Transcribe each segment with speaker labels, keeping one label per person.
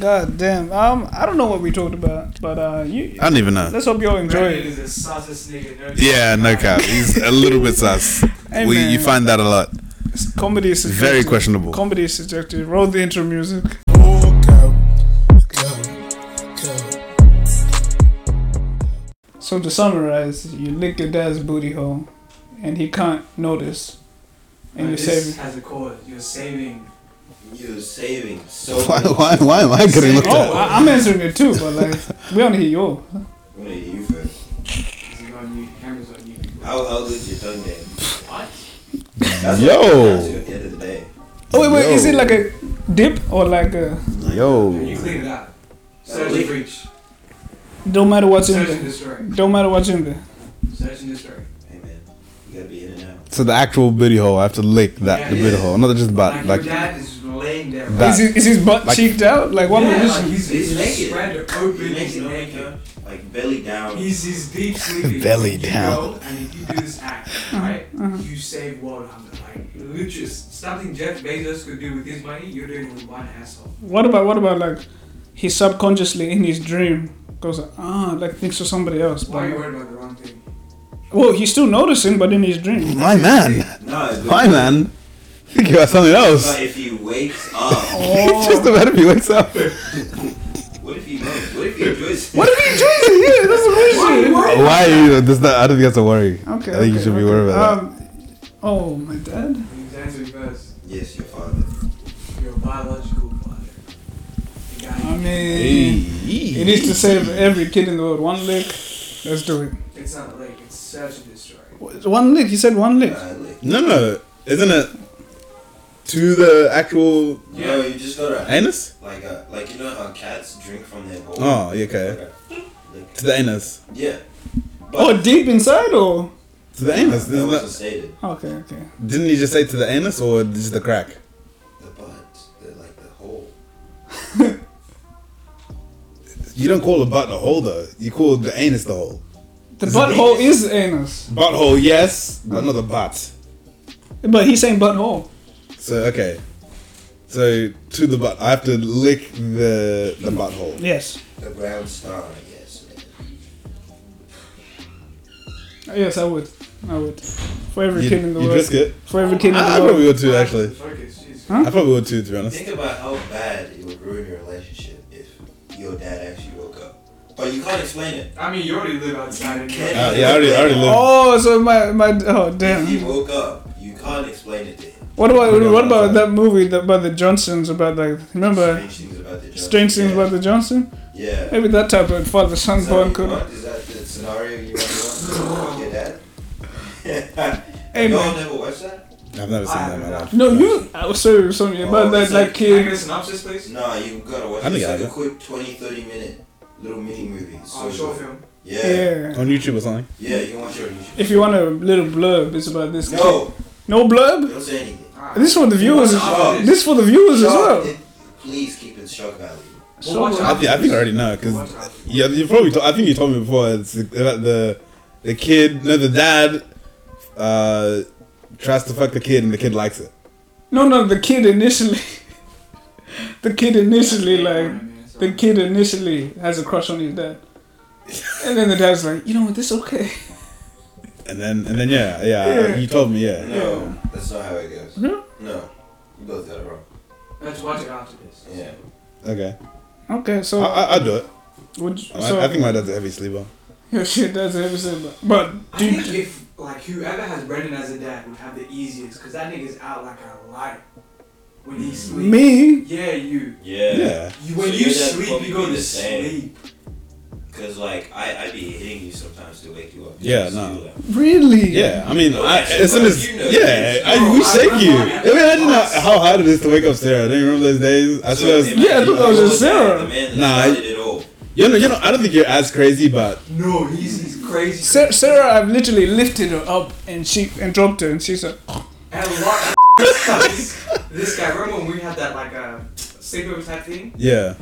Speaker 1: God damn. Um, I don't know what we talked about, but uh, you.
Speaker 2: I don't even know.
Speaker 1: Let's hope y'all enjoy
Speaker 3: Brandon
Speaker 1: it.
Speaker 3: is a sausage nigga. nerd.
Speaker 2: Yeah, no cap. He's a little bit sus.
Speaker 1: Hey,
Speaker 2: we,
Speaker 1: man.
Speaker 2: you find that a lot.
Speaker 1: Comedy is subjective.
Speaker 2: Very questionable.
Speaker 1: Comedy is subjective. Roll the intro music. So to summarize, you lick your dad's booty hole, and he can't notice, and you're
Speaker 3: This
Speaker 1: saving.
Speaker 3: has a cause. You're saving.
Speaker 4: You're saving so
Speaker 2: Why,
Speaker 4: much.
Speaker 2: why, why am I getting looked
Speaker 1: Oh,
Speaker 2: at?
Speaker 1: I, I'm answering it too, but like we only hear you.
Speaker 4: What are you first?
Speaker 3: This is on you. Cameras on you.
Speaker 4: How, how good's your tongue game?
Speaker 3: What?
Speaker 4: That's
Speaker 2: Oh, Yo.
Speaker 4: what it comes down to at the end of the day.
Speaker 1: Oh wait, wait. Is
Speaker 2: Yo.
Speaker 1: it like a dip or like a?
Speaker 3: You
Speaker 2: Yo.
Speaker 3: clean it up.
Speaker 4: That'll
Speaker 3: Search
Speaker 4: leak.
Speaker 3: and breach.
Speaker 1: Don't matter what's in
Speaker 3: Search and
Speaker 1: there.
Speaker 3: destroy.
Speaker 1: Don't matter what's in there.
Speaker 3: Search and destroy.
Speaker 4: Hey man, you gotta be in and out.
Speaker 2: So the actual booty hole, I have to lick that the
Speaker 3: Yeah.
Speaker 2: booty hole, not just
Speaker 3: Like,
Speaker 2: butt. Like
Speaker 3: your dad is laying there.
Speaker 1: Is
Speaker 2: That-
Speaker 1: his, is his butt
Speaker 2: like-
Speaker 1: cheeked out? Like what
Speaker 3: yeah,
Speaker 1: position?
Speaker 3: like he's,
Speaker 4: He's
Speaker 3: he's
Speaker 4: naked.
Speaker 3: Spread it
Speaker 4: You
Speaker 3: open.
Speaker 4: make
Speaker 3: He's
Speaker 4: it
Speaker 3: naked.
Speaker 4: naked, like belly down.
Speaker 3: He's, he's deep sleeping.
Speaker 2: Belly
Speaker 3: You
Speaker 2: down.
Speaker 3: Go, and if you do this act,
Speaker 1: Uh-huh,
Speaker 3: right, you save world hunger. Like, literally, something Jeff Bezos could do with his money, you're doing with one asshole.
Speaker 1: What about what about like he subconsciously in his dream goes ah like thinks of somebody else,
Speaker 3: Why are you
Speaker 1: but
Speaker 3: worried about the wrong thing?
Speaker 1: well he's still noticing, but in his dream. Oh.
Speaker 2: my man,
Speaker 4: No, it's
Speaker 2: my man. Think about something else.
Speaker 4: But if he wakes up,
Speaker 2: It's just about if he wakes up.
Speaker 4: what if he goes? What if he enjoys?
Speaker 1: What if he enjoys it? Yeah, that's the question.
Speaker 2: Why? Are you, does that? I don't think that's a worry.
Speaker 1: Okay,
Speaker 2: I think you should be worried about that.
Speaker 1: Um, oh my dad.
Speaker 3: He's answering first.
Speaker 4: Yes, your father.
Speaker 3: Your biological father. The guy
Speaker 1: I mean, it
Speaker 2: It
Speaker 1: is to save every kid in the world. One lick. Let's do it.
Speaker 3: It's not like it's search and destroy.
Speaker 1: One lick. He said one lick.
Speaker 4: Uh, like,
Speaker 2: No, no, isn't it to the actual
Speaker 4: No, you just gotta
Speaker 2: anus?
Speaker 4: like uh, like you know how cats drink from their bowl.
Speaker 2: Oh, yeah, okay.
Speaker 4: Like,
Speaker 2: To the anus.
Speaker 4: yeah.
Speaker 1: Oh, deep inside or
Speaker 2: To the anus.
Speaker 4: that
Speaker 2: Isn't
Speaker 4: wasn't
Speaker 2: that,
Speaker 4: stated.
Speaker 1: okay, okay.
Speaker 2: didn't you just say to the anus or just the crack?
Speaker 4: The butt, the, like the hole.
Speaker 2: You don't call the butt the hole though. You call the anus the hole.
Speaker 1: The
Speaker 2: It's a
Speaker 1: butthole is anus,
Speaker 2: Butthole, yes, but not the butt.
Speaker 1: but he's saying butthole.
Speaker 2: So okay. So to the butt, I have to lick the the butthole.
Speaker 1: Yes.
Speaker 4: The brown star, I guess.
Speaker 1: Yes, I would. I would. For every
Speaker 2: You,
Speaker 1: kid in the
Speaker 2: you
Speaker 1: world.
Speaker 2: risk it.
Speaker 1: For every kid in
Speaker 2: I, I
Speaker 4: Ah,
Speaker 1: the
Speaker 2: probably
Speaker 1: world.
Speaker 2: would too, actually.
Speaker 3: Focus, Jesus.
Speaker 1: Huh?
Speaker 2: I probably would too, to be honest. Uh,
Speaker 4: Think about how bad it would ruin your relationship if your dad actually woke up. But you can't explain it.
Speaker 3: I mean, you already live outside of
Speaker 4: Can't
Speaker 2: Uh, yeah, I already, I already lived.
Speaker 1: Oh, so my my oh
Speaker 4: If he
Speaker 1: damn.
Speaker 4: woke up, you can't explain it to him.
Speaker 1: What about
Speaker 2: No, no,
Speaker 1: what
Speaker 2: no,
Speaker 1: about
Speaker 2: sorry.
Speaker 1: that movie that by the Johnsons about like remember
Speaker 4: strange things about the job.
Speaker 1: strange things
Speaker 4: yeah.
Speaker 1: about the Johnson?
Speaker 4: Yeah.
Speaker 1: Maybe that type of father son
Speaker 4: Is that what
Speaker 1: bond
Speaker 4: you
Speaker 1: could.
Speaker 4: want? Is that the scenario you want? you want? your dad?
Speaker 1: Hey,
Speaker 4: Y'all
Speaker 1: man.
Speaker 4: never watched that?
Speaker 2: I've never seen
Speaker 3: I
Speaker 2: that in my
Speaker 3: haven't.
Speaker 2: life.
Speaker 1: No, you. I was sorry, sorry about
Speaker 4: Oh,
Speaker 1: that
Speaker 4: it's
Speaker 1: that
Speaker 4: like-
Speaker 3: Can I get a
Speaker 1: kid.
Speaker 3: synopsis, please?
Speaker 4: No, you gotta watch
Speaker 2: I
Speaker 4: it.
Speaker 2: think
Speaker 4: It's
Speaker 2: I
Speaker 4: like a
Speaker 2: have.
Speaker 4: quick 20, 30 minute little mini movie. It's
Speaker 3: Oh,
Speaker 4: so
Speaker 3: short
Speaker 4: good.
Speaker 3: film.
Speaker 4: Yeah. yeah.
Speaker 1: Yeah.
Speaker 2: On YouTube or something.
Speaker 4: you can watch it on YouTube.
Speaker 1: If you want a little blurb, it's about this. kid.
Speaker 4: No,
Speaker 1: No blurb.
Speaker 4: don't say anything.
Speaker 3: Alright.
Speaker 1: This for the viewers.
Speaker 4: Oh.
Speaker 1: This for the viewers as
Speaker 4: Shock-
Speaker 1: well.
Speaker 4: it- please keep it shock value.
Speaker 3: Well, watch
Speaker 1: So,
Speaker 2: I think, I think I already know
Speaker 3: Watch
Speaker 2: because
Speaker 3: out.
Speaker 2: yeah, you probably. To- I think you told me before. It's about the the kid, no, the dad uh, tries to fuck the kid and the kid likes it.
Speaker 1: no, no, the kid initially. the kid initially like The kid initially has a crush on his dad. And then the dad's like, you know what, this is okay.
Speaker 2: And then and then yeah, yeah,
Speaker 1: Yeah.
Speaker 2: you told me yeah.
Speaker 4: No, that's not how it goes.
Speaker 1: Yeah.
Speaker 2: Mm-hmm.
Speaker 4: No, you both got it wrong.
Speaker 3: Let's watch it after this.
Speaker 4: Yeah.
Speaker 2: Okay,
Speaker 1: Okay,
Speaker 2: I,
Speaker 1: so
Speaker 2: I, I'll do it.
Speaker 1: would you,
Speaker 2: I-
Speaker 1: so
Speaker 2: I, think my dad's a heavy sleeper.
Speaker 1: your shit does everything, but, but
Speaker 3: I
Speaker 1: do
Speaker 3: think
Speaker 1: you,
Speaker 3: if like whoever has Brendan as a dad would have the easiest, cause that nigga's out like a light when he sleeps.
Speaker 1: me?
Speaker 3: Yeah, you.
Speaker 4: Yeah.
Speaker 2: Yeah,
Speaker 3: you when
Speaker 4: So
Speaker 3: you
Speaker 4: your dad
Speaker 3: sleep,
Speaker 4: probably
Speaker 3: you go
Speaker 4: be
Speaker 3: to
Speaker 4: the same.
Speaker 3: sleep.
Speaker 4: Cause like I, I be hitting you sometimes to wake you up.
Speaker 2: Yeah,
Speaker 4: Just
Speaker 2: no.
Speaker 4: you, like,
Speaker 1: Really?
Speaker 2: yeah. I mean, I,
Speaker 4: Okay,
Speaker 2: as soon
Speaker 4: but
Speaker 2: as
Speaker 4: you know
Speaker 2: yeah,
Speaker 4: this.
Speaker 2: I, we shake you. I mean, I didn't know how hard it is to wake up Sarah. Don't you remember those days? I
Speaker 4: So
Speaker 2: swear. it's-
Speaker 4: imagine
Speaker 1: Yeah, I thought that was
Speaker 4: you're
Speaker 1: just
Speaker 4: the
Speaker 1: Sarah.
Speaker 4: man- the man that
Speaker 2: Nah, I-
Speaker 4: started it all.
Speaker 2: You know, you know. I don't think you're as crazy, but
Speaker 3: No, he's he's crazy.
Speaker 1: Sarah, Sarah, I've literally lifted her up and she and dropped her, and she's like,
Speaker 3: And a lot. this guy. Remember when we had that like a uh, sleepover type thing?
Speaker 2: yeah.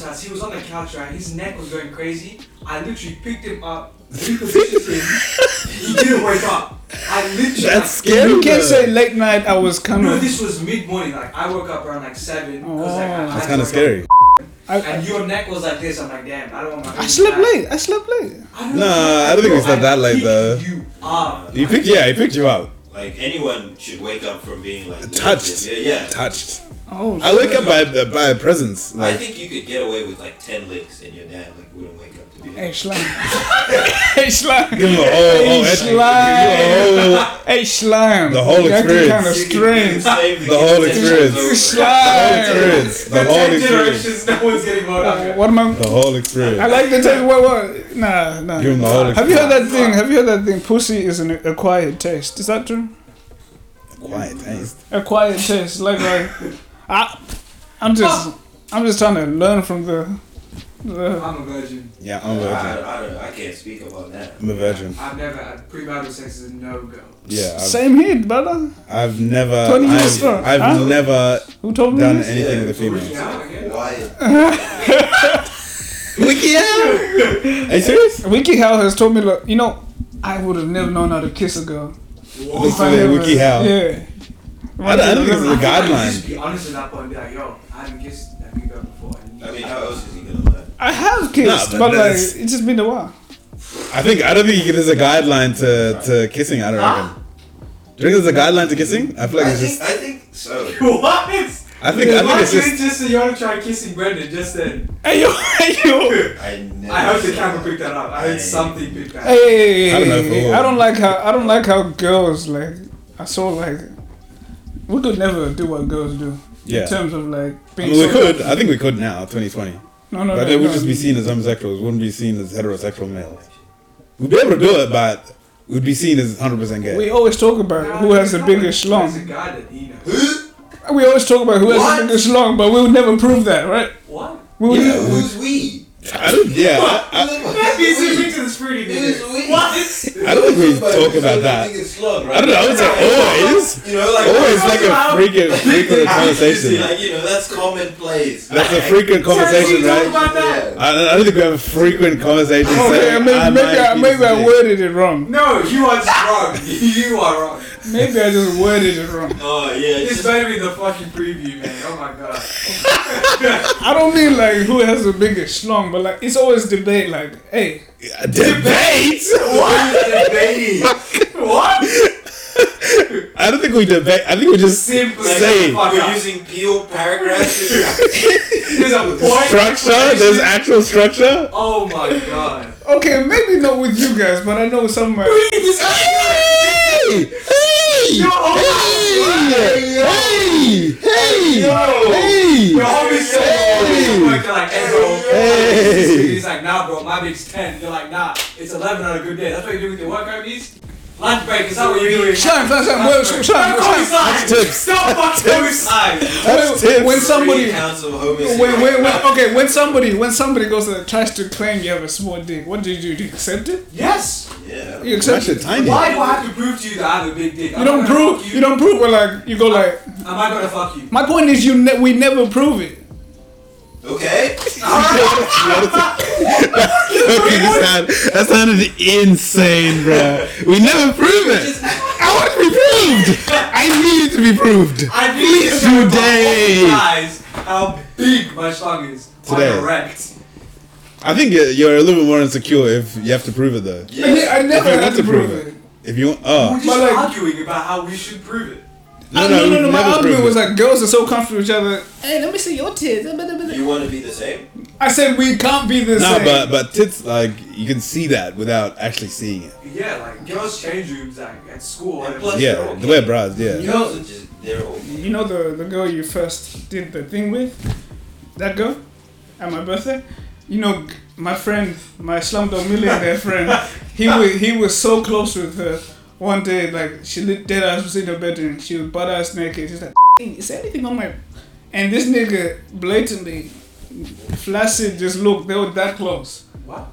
Speaker 3: As he was on the couch, right? His neck was going crazy. I literally picked him up, repositioned him. He didn't wake up. I literally.
Speaker 2: That's
Speaker 3: like,
Speaker 2: scary.
Speaker 1: you can't
Speaker 2: though.
Speaker 1: say late night. I was
Speaker 3: No,
Speaker 1: coming.
Speaker 3: this was mid morning. Like I woke up around like seven. 'cause, like, I-
Speaker 1: Oh.
Speaker 3: I
Speaker 2: That's kind
Speaker 3: had to
Speaker 2: of
Speaker 3: wake
Speaker 2: scary.
Speaker 3: up.
Speaker 1: I,
Speaker 3: And
Speaker 1: I,
Speaker 3: your neck was like this. I'm like, damn, I don't want my.
Speaker 1: I
Speaker 3: baby
Speaker 1: slept
Speaker 3: back.
Speaker 1: late. I slept late.
Speaker 3: I
Speaker 2: Nah, I don't think it's
Speaker 3: Bro,
Speaker 2: not that late,
Speaker 3: picked
Speaker 2: though.
Speaker 3: You up.
Speaker 2: He picked, yeah, he picked you up.
Speaker 4: Like anyone should wake up from being like
Speaker 2: Touched.
Speaker 4: Yeah, yeah.
Speaker 2: Touched.
Speaker 1: Oh,
Speaker 2: I wake up by uh, by a presence.
Speaker 4: I
Speaker 2: Like,
Speaker 4: think you could get away with like ten licks, and your dad like wouldn't wake up to be.
Speaker 1: Hey, slime. hey, slime.
Speaker 2: give him a whole, whole,
Speaker 1: Hey,
Speaker 2: give him a whole-
Speaker 1: Hey, slime.
Speaker 2: The whole experience.
Speaker 1: kind of strange.
Speaker 2: The whole experience.
Speaker 1: Slime.
Speaker 2: experience. The whole experience.
Speaker 3: no one's getting voted
Speaker 1: Uh, What am I?
Speaker 2: The whole
Speaker 1: I
Speaker 2: experience.
Speaker 1: like the taste. What? What? Nah, nah.
Speaker 2: Give him the whole experience.
Speaker 1: Have you heard that thing? Have you heard that thing? Pussy is an acquired taste. Is that true?
Speaker 2: Quiet taste.
Speaker 1: Acquired taste. Like, like, I, I'm just, I'm just trying to learn from the, the.
Speaker 3: I'm a virgin.
Speaker 2: Yeah,
Speaker 4: I,
Speaker 2: I'm a virgin.
Speaker 4: I, I don't know. I can't speak about that.
Speaker 2: I'm a virgin.
Speaker 3: I've never had premarital sex is a no go.
Speaker 2: Yeah, I've,
Speaker 1: Same here, brother.
Speaker 2: I've never,
Speaker 1: 20 years
Speaker 2: I've,
Speaker 1: strong,
Speaker 2: I've
Speaker 1: huh?
Speaker 2: never
Speaker 1: Who told me
Speaker 2: done
Speaker 1: this?
Speaker 2: anything with a
Speaker 4: it's
Speaker 2: female.
Speaker 3: Yeah, I get it.
Speaker 4: Why?
Speaker 2: Wiki Are you serious?
Speaker 1: Wiki Hell has told me, look, you know, I would have never known how to kiss a girl.
Speaker 2: This
Speaker 1: If I
Speaker 2: is
Speaker 1: ever-
Speaker 2: Wiki How.
Speaker 1: Yeah.
Speaker 2: I don't- I don't think this is a
Speaker 3: I feel like
Speaker 2: guideline.
Speaker 3: You should be honest at that point and be like, yo, I haven't kissed that big girl before. And you-
Speaker 4: I mean, how else is he gonna learn?
Speaker 1: I have kissed,
Speaker 2: Nah, but
Speaker 1: but, like,
Speaker 2: that's-
Speaker 1: it's just been a while.
Speaker 2: I think I don't think it is a guideline to, to kissing. I don't reckon. Do you think there's a guideline to kissing? I feel like
Speaker 4: I
Speaker 2: it's
Speaker 4: think,
Speaker 2: just.
Speaker 4: I think so.
Speaker 3: what?
Speaker 2: I think I think it's
Speaker 3: Why
Speaker 2: just.
Speaker 3: didn't just say you want to try kissing Brendan just then?
Speaker 1: Hey, yo, hey, yo.
Speaker 4: I never.
Speaker 3: I hope the
Speaker 4: said
Speaker 3: camera
Speaker 4: that.
Speaker 3: picked that up. I heard
Speaker 4: I-
Speaker 3: something pick that up.
Speaker 1: Hey,
Speaker 2: I don't know if it will.
Speaker 1: I don't like how I don't like how girls like. I saw like we could never do what girls do
Speaker 2: Yeah.
Speaker 1: in terms of like
Speaker 2: I
Speaker 1: being.
Speaker 2: mean, we
Speaker 1: so-
Speaker 2: could. I think we could now, 2020.
Speaker 1: No, no,
Speaker 2: But
Speaker 1: no,
Speaker 2: they would
Speaker 1: no.
Speaker 2: just be seen as homosexuals. Wouldn't be seen as heterosexual males. We'd be able to do it, but we'd be seen as 100%
Speaker 1: We
Speaker 2: gay.
Speaker 1: always talk about who has the biggest
Speaker 3: There's a
Speaker 1: schlong.
Speaker 3: guy that he knows.
Speaker 1: We always talk about who has the
Speaker 4: What?
Speaker 1: biggest schlong, but we would never prove that, right?
Speaker 3: What?
Speaker 1: We would,
Speaker 4: Yeah, who's we?
Speaker 2: I don't. Yeah. I- I,
Speaker 3: That means you
Speaker 4: Who's
Speaker 3: picked the spirit
Speaker 4: we?
Speaker 3: What?
Speaker 2: I don't think we
Speaker 4: Somebody-
Speaker 2: talk about
Speaker 4: somebody
Speaker 2: that.
Speaker 4: think it's slug, right?
Speaker 2: I don't know. I would say always.
Speaker 4: You know, like
Speaker 2: Always like a freaking frequent conversation.
Speaker 4: Like you know, that's commonplace.
Speaker 2: That's a frequent conversation,
Speaker 3: Talk
Speaker 2: right?
Speaker 3: about that.
Speaker 4: Yeah.
Speaker 2: I don't, I don't think we have a frequent conversation.
Speaker 1: Okay,
Speaker 2: saying,
Speaker 1: maybe,
Speaker 2: "I
Speaker 1: Oh, maybe,
Speaker 2: might
Speaker 1: I,
Speaker 2: be
Speaker 1: maybe I
Speaker 2: today."
Speaker 1: worded it wrong.
Speaker 3: No, you are just wrong. You are wrong.
Speaker 1: Maybe I just worded it wrong.
Speaker 4: Oh yeah, it's
Speaker 3: This
Speaker 4: just,
Speaker 3: better be the fucking preview, man. Oh my god.
Speaker 1: I don't mean like who has the biggest schlong, but like it's always debate. Like, hey,
Speaker 2: A Debate? What?
Speaker 4: baby.
Speaker 3: What?
Speaker 2: I don't think we debate. I think we just
Speaker 3: Simple.
Speaker 2: say
Speaker 3: Fuck
Speaker 4: We're
Speaker 3: up.
Speaker 4: using peel paragraphs. to-
Speaker 3: There's a point.
Speaker 2: structure. There's actual structure.
Speaker 3: Oh my god.
Speaker 1: okay, maybe not with you guys, but I know somewhere.
Speaker 2: Hey! Hey! Hey! Hey! Hey!
Speaker 3: Your homie's so
Speaker 2: Hey!
Speaker 3: like, they're like, hey bro.
Speaker 2: Hey!
Speaker 3: He's like, nah bro, my big's 10. You're like, nah, it's 11 on a good day. That's what you do with your workout beats? Lunch break, is that what you're doing?
Speaker 1: Shine, shine, shine. Well, shine,
Speaker 3: Don't call me
Speaker 1: shine.
Speaker 3: slime.
Speaker 2: tips.
Speaker 3: Stop fucking calling me slime.
Speaker 2: That's
Speaker 1: When-
Speaker 2: tips.
Speaker 1: When somebody,
Speaker 4: Three counts of
Speaker 1: when,
Speaker 4: homicide.
Speaker 1: when, when, okay, when somebody, when somebody goes and tries to claim you have a small dick, what do you do? Do you accept it?
Speaker 3: Yes.
Speaker 4: Yeah.
Speaker 1: You
Speaker 2: That
Speaker 1: accept
Speaker 2: shit
Speaker 1: it.
Speaker 2: tiny.
Speaker 3: Why do I have to prove to you that I have a big dick?
Speaker 1: You don't prove. You don't prove. But like, you go like.
Speaker 3: Am I gonna fuck you?
Speaker 1: My point is, you ne- we never prove it.
Speaker 4: Okay.
Speaker 2: Okay, that sound- that sounded insane, bro. We never prove it. I want to be proved. I need it to be proved.
Speaker 3: I need
Speaker 2: Please
Speaker 3: to show
Speaker 2: today.
Speaker 3: my eyes how big my schlong is.
Speaker 2: Today.
Speaker 3: I'm erect.
Speaker 2: I think you're- you're a little bit more insecure if you have to prove it, though.
Speaker 1: I, ne- I
Speaker 4: Yeah.
Speaker 1: never
Speaker 2: If I
Speaker 1: had
Speaker 2: want
Speaker 1: to prove it.
Speaker 2: If you,
Speaker 3: We're
Speaker 2: oh,
Speaker 3: just
Speaker 1: like-
Speaker 3: arguing about how we should prove it.
Speaker 1: I- No, no, no,
Speaker 2: we've
Speaker 1: My
Speaker 2: never
Speaker 1: argument
Speaker 2: proved
Speaker 1: was
Speaker 2: it.
Speaker 1: like girls are so comfortable with each other.
Speaker 4: You want to be the same?
Speaker 1: I said we can't be the
Speaker 2: No,
Speaker 1: same.
Speaker 2: but but tits like you can see that without actually seeing it.
Speaker 3: Yeah, like girls' change rooms like, at school.
Speaker 4: And
Speaker 3: and-
Speaker 4: plus-
Speaker 2: Yeah,
Speaker 4: Okay.
Speaker 2: the way bras. Yeah,
Speaker 4: Girls are just they're okay.
Speaker 1: you know the the girl you first did the thing with, that girl, at my birthday. You know g- my friend, my slumdog millionaire friend. He was he was so close with her. One day, like she lit dead ass was in her bed and she was butt ass naked. She's like, "Is there anything on my?" And this nigga blatantly, flaccid, just look. They were that close.
Speaker 3: What?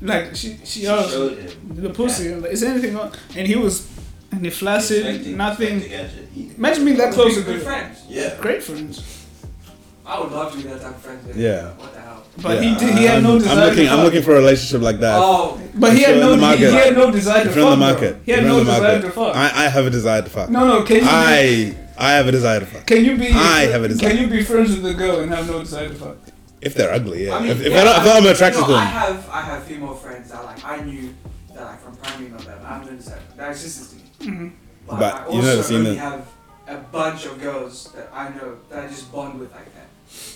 Speaker 1: Like she she
Speaker 4: She
Speaker 1: asked
Speaker 4: showed him.
Speaker 1: the pussy. Like, Is there anything on? And he was, and he flaccid,
Speaker 4: Expecting-
Speaker 1: nothing.
Speaker 4: expecting action. He-
Speaker 1: Imagine being that
Speaker 3: We'd
Speaker 1: close
Speaker 3: be
Speaker 1: with
Speaker 3: good
Speaker 1: her.
Speaker 3: friends.
Speaker 4: Yeah.
Speaker 1: Great friends.
Speaker 3: I would love to be that type of friend. man.
Speaker 2: Yeah.
Speaker 3: What the hell?
Speaker 1: But
Speaker 2: Yeah,
Speaker 1: he did. He had
Speaker 2: I'm-
Speaker 1: no desire.
Speaker 2: I'm looking.
Speaker 1: to
Speaker 2: I'm
Speaker 1: fuck.
Speaker 2: looking for a relationship like that.
Speaker 3: Oh,
Speaker 1: But he
Speaker 2: If
Speaker 1: had
Speaker 2: you're
Speaker 1: no.
Speaker 2: in the
Speaker 1: He
Speaker 2: market.
Speaker 1: had no desire to
Speaker 2: If
Speaker 1: fuck.
Speaker 2: you're in
Speaker 1: bro.
Speaker 2: the market,
Speaker 1: He had
Speaker 2: if you're
Speaker 1: no
Speaker 2: in the
Speaker 1: desire
Speaker 2: market.
Speaker 1: to fuck.
Speaker 2: I, I have a desire to fuck.
Speaker 1: no, no. Can you? be-
Speaker 2: I I have a desire to fuck.
Speaker 1: Can you be?
Speaker 2: I have a desire.
Speaker 1: Can you be friends with a girl and have no desire to fuck?
Speaker 2: If they're ugly, yeah.
Speaker 3: I mean,
Speaker 2: if, if,
Speaker 3: yeah,
Speaker 2: they're not, if I'm
Speaker 3: I-
Speaker 2: attracted
Speaker 3: no,
Speaker 2: to
Speaker 3: I
Speaker 2: them,
Speaker 3: have I have female friends that like I knew that like from primary and all that. I'm doing that. That existed to me.
Speaker 1: Mhm.
Speaker 3: But,
Speaker 2: But
Speaker 3: I
Speaker 2: you've
Speaker 3: also
Speaker 2: never seen
Speaker 3: only
Speaker 2: it.
Speaker 3: have a bunch of girls that I know that I just bond with like that.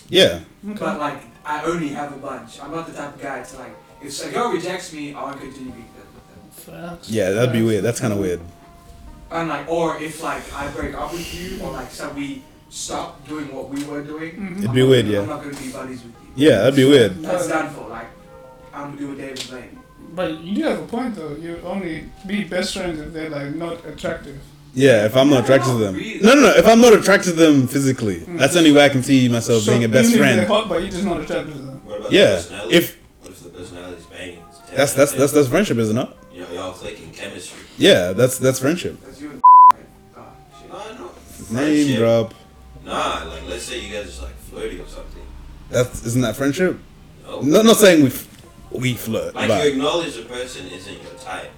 Speaker 2: yeah.
Speaker 1: Okay.
Speaker 3: But like I only have a bunch. I'm not the type of guy to like if a girl rejects me, I won't continue being with them.
Speaker 1: Facts.
Speaker 2: Yeah, that'd be
Speaker 1: Facts.
Speaker 2: weird. That's kind of weird.
Speaker 3: And like or if like I break up with you or like so we stop doing what we were doing.
Speaker 1: Mhm.
Speaker 2: It'd
Speaker 3: I'm
Speaker 2: be
Speaker 3: not
Speaker 2: weird,
Speaker 3: gonna-
Speaker 2: yeah.
Speaker 3: I'm not gonna be buddies with you.
Speaker 2: Yeah, that'd be weird.
Speaker 3: That's done for. Like I'm gonna do what David Blaine.
Speaker 1: But you do have a point though. You only be best friends if they're like not attractive.
Speaker 2: Yeah, if I'm not attracted to them. No, no, no. If I'm not attracted to them physically, that's the only way I can see myself being a best
Speaker 1: even if they're
Speaker 2: friend.
Speaker 1: hot, but you're just not attracted to them.
Speaker 4: What about the
Speaker 2: Yeah,
Speaker 4: personality?
Speaker 2: if
Speaker 4: what if the personality's banging? It's
Speaker 2: that's that's that's that's friendship, isn't it?
Speaker 4: You know, y'all clicking chemistry.
Speaker 2: Yeah, that's that's friendship.
Speaker 3: That's you and right? Oh, shit.
Speaker 4: No, no.
Speaker 2: Name
Speaker 4: Friendship.
Speaker 2: drop.
Speaker 4: Nah, like let's say you guys are just, like flirting or something.
Speaker 2: That's isn't that friendship?
Speaker 4: No.
Speaker 2: Not not saying we f- we flirt,
Speaker 4: Like
Speaker 2: but
Speaker 4: you acknowledge the person isn't your type.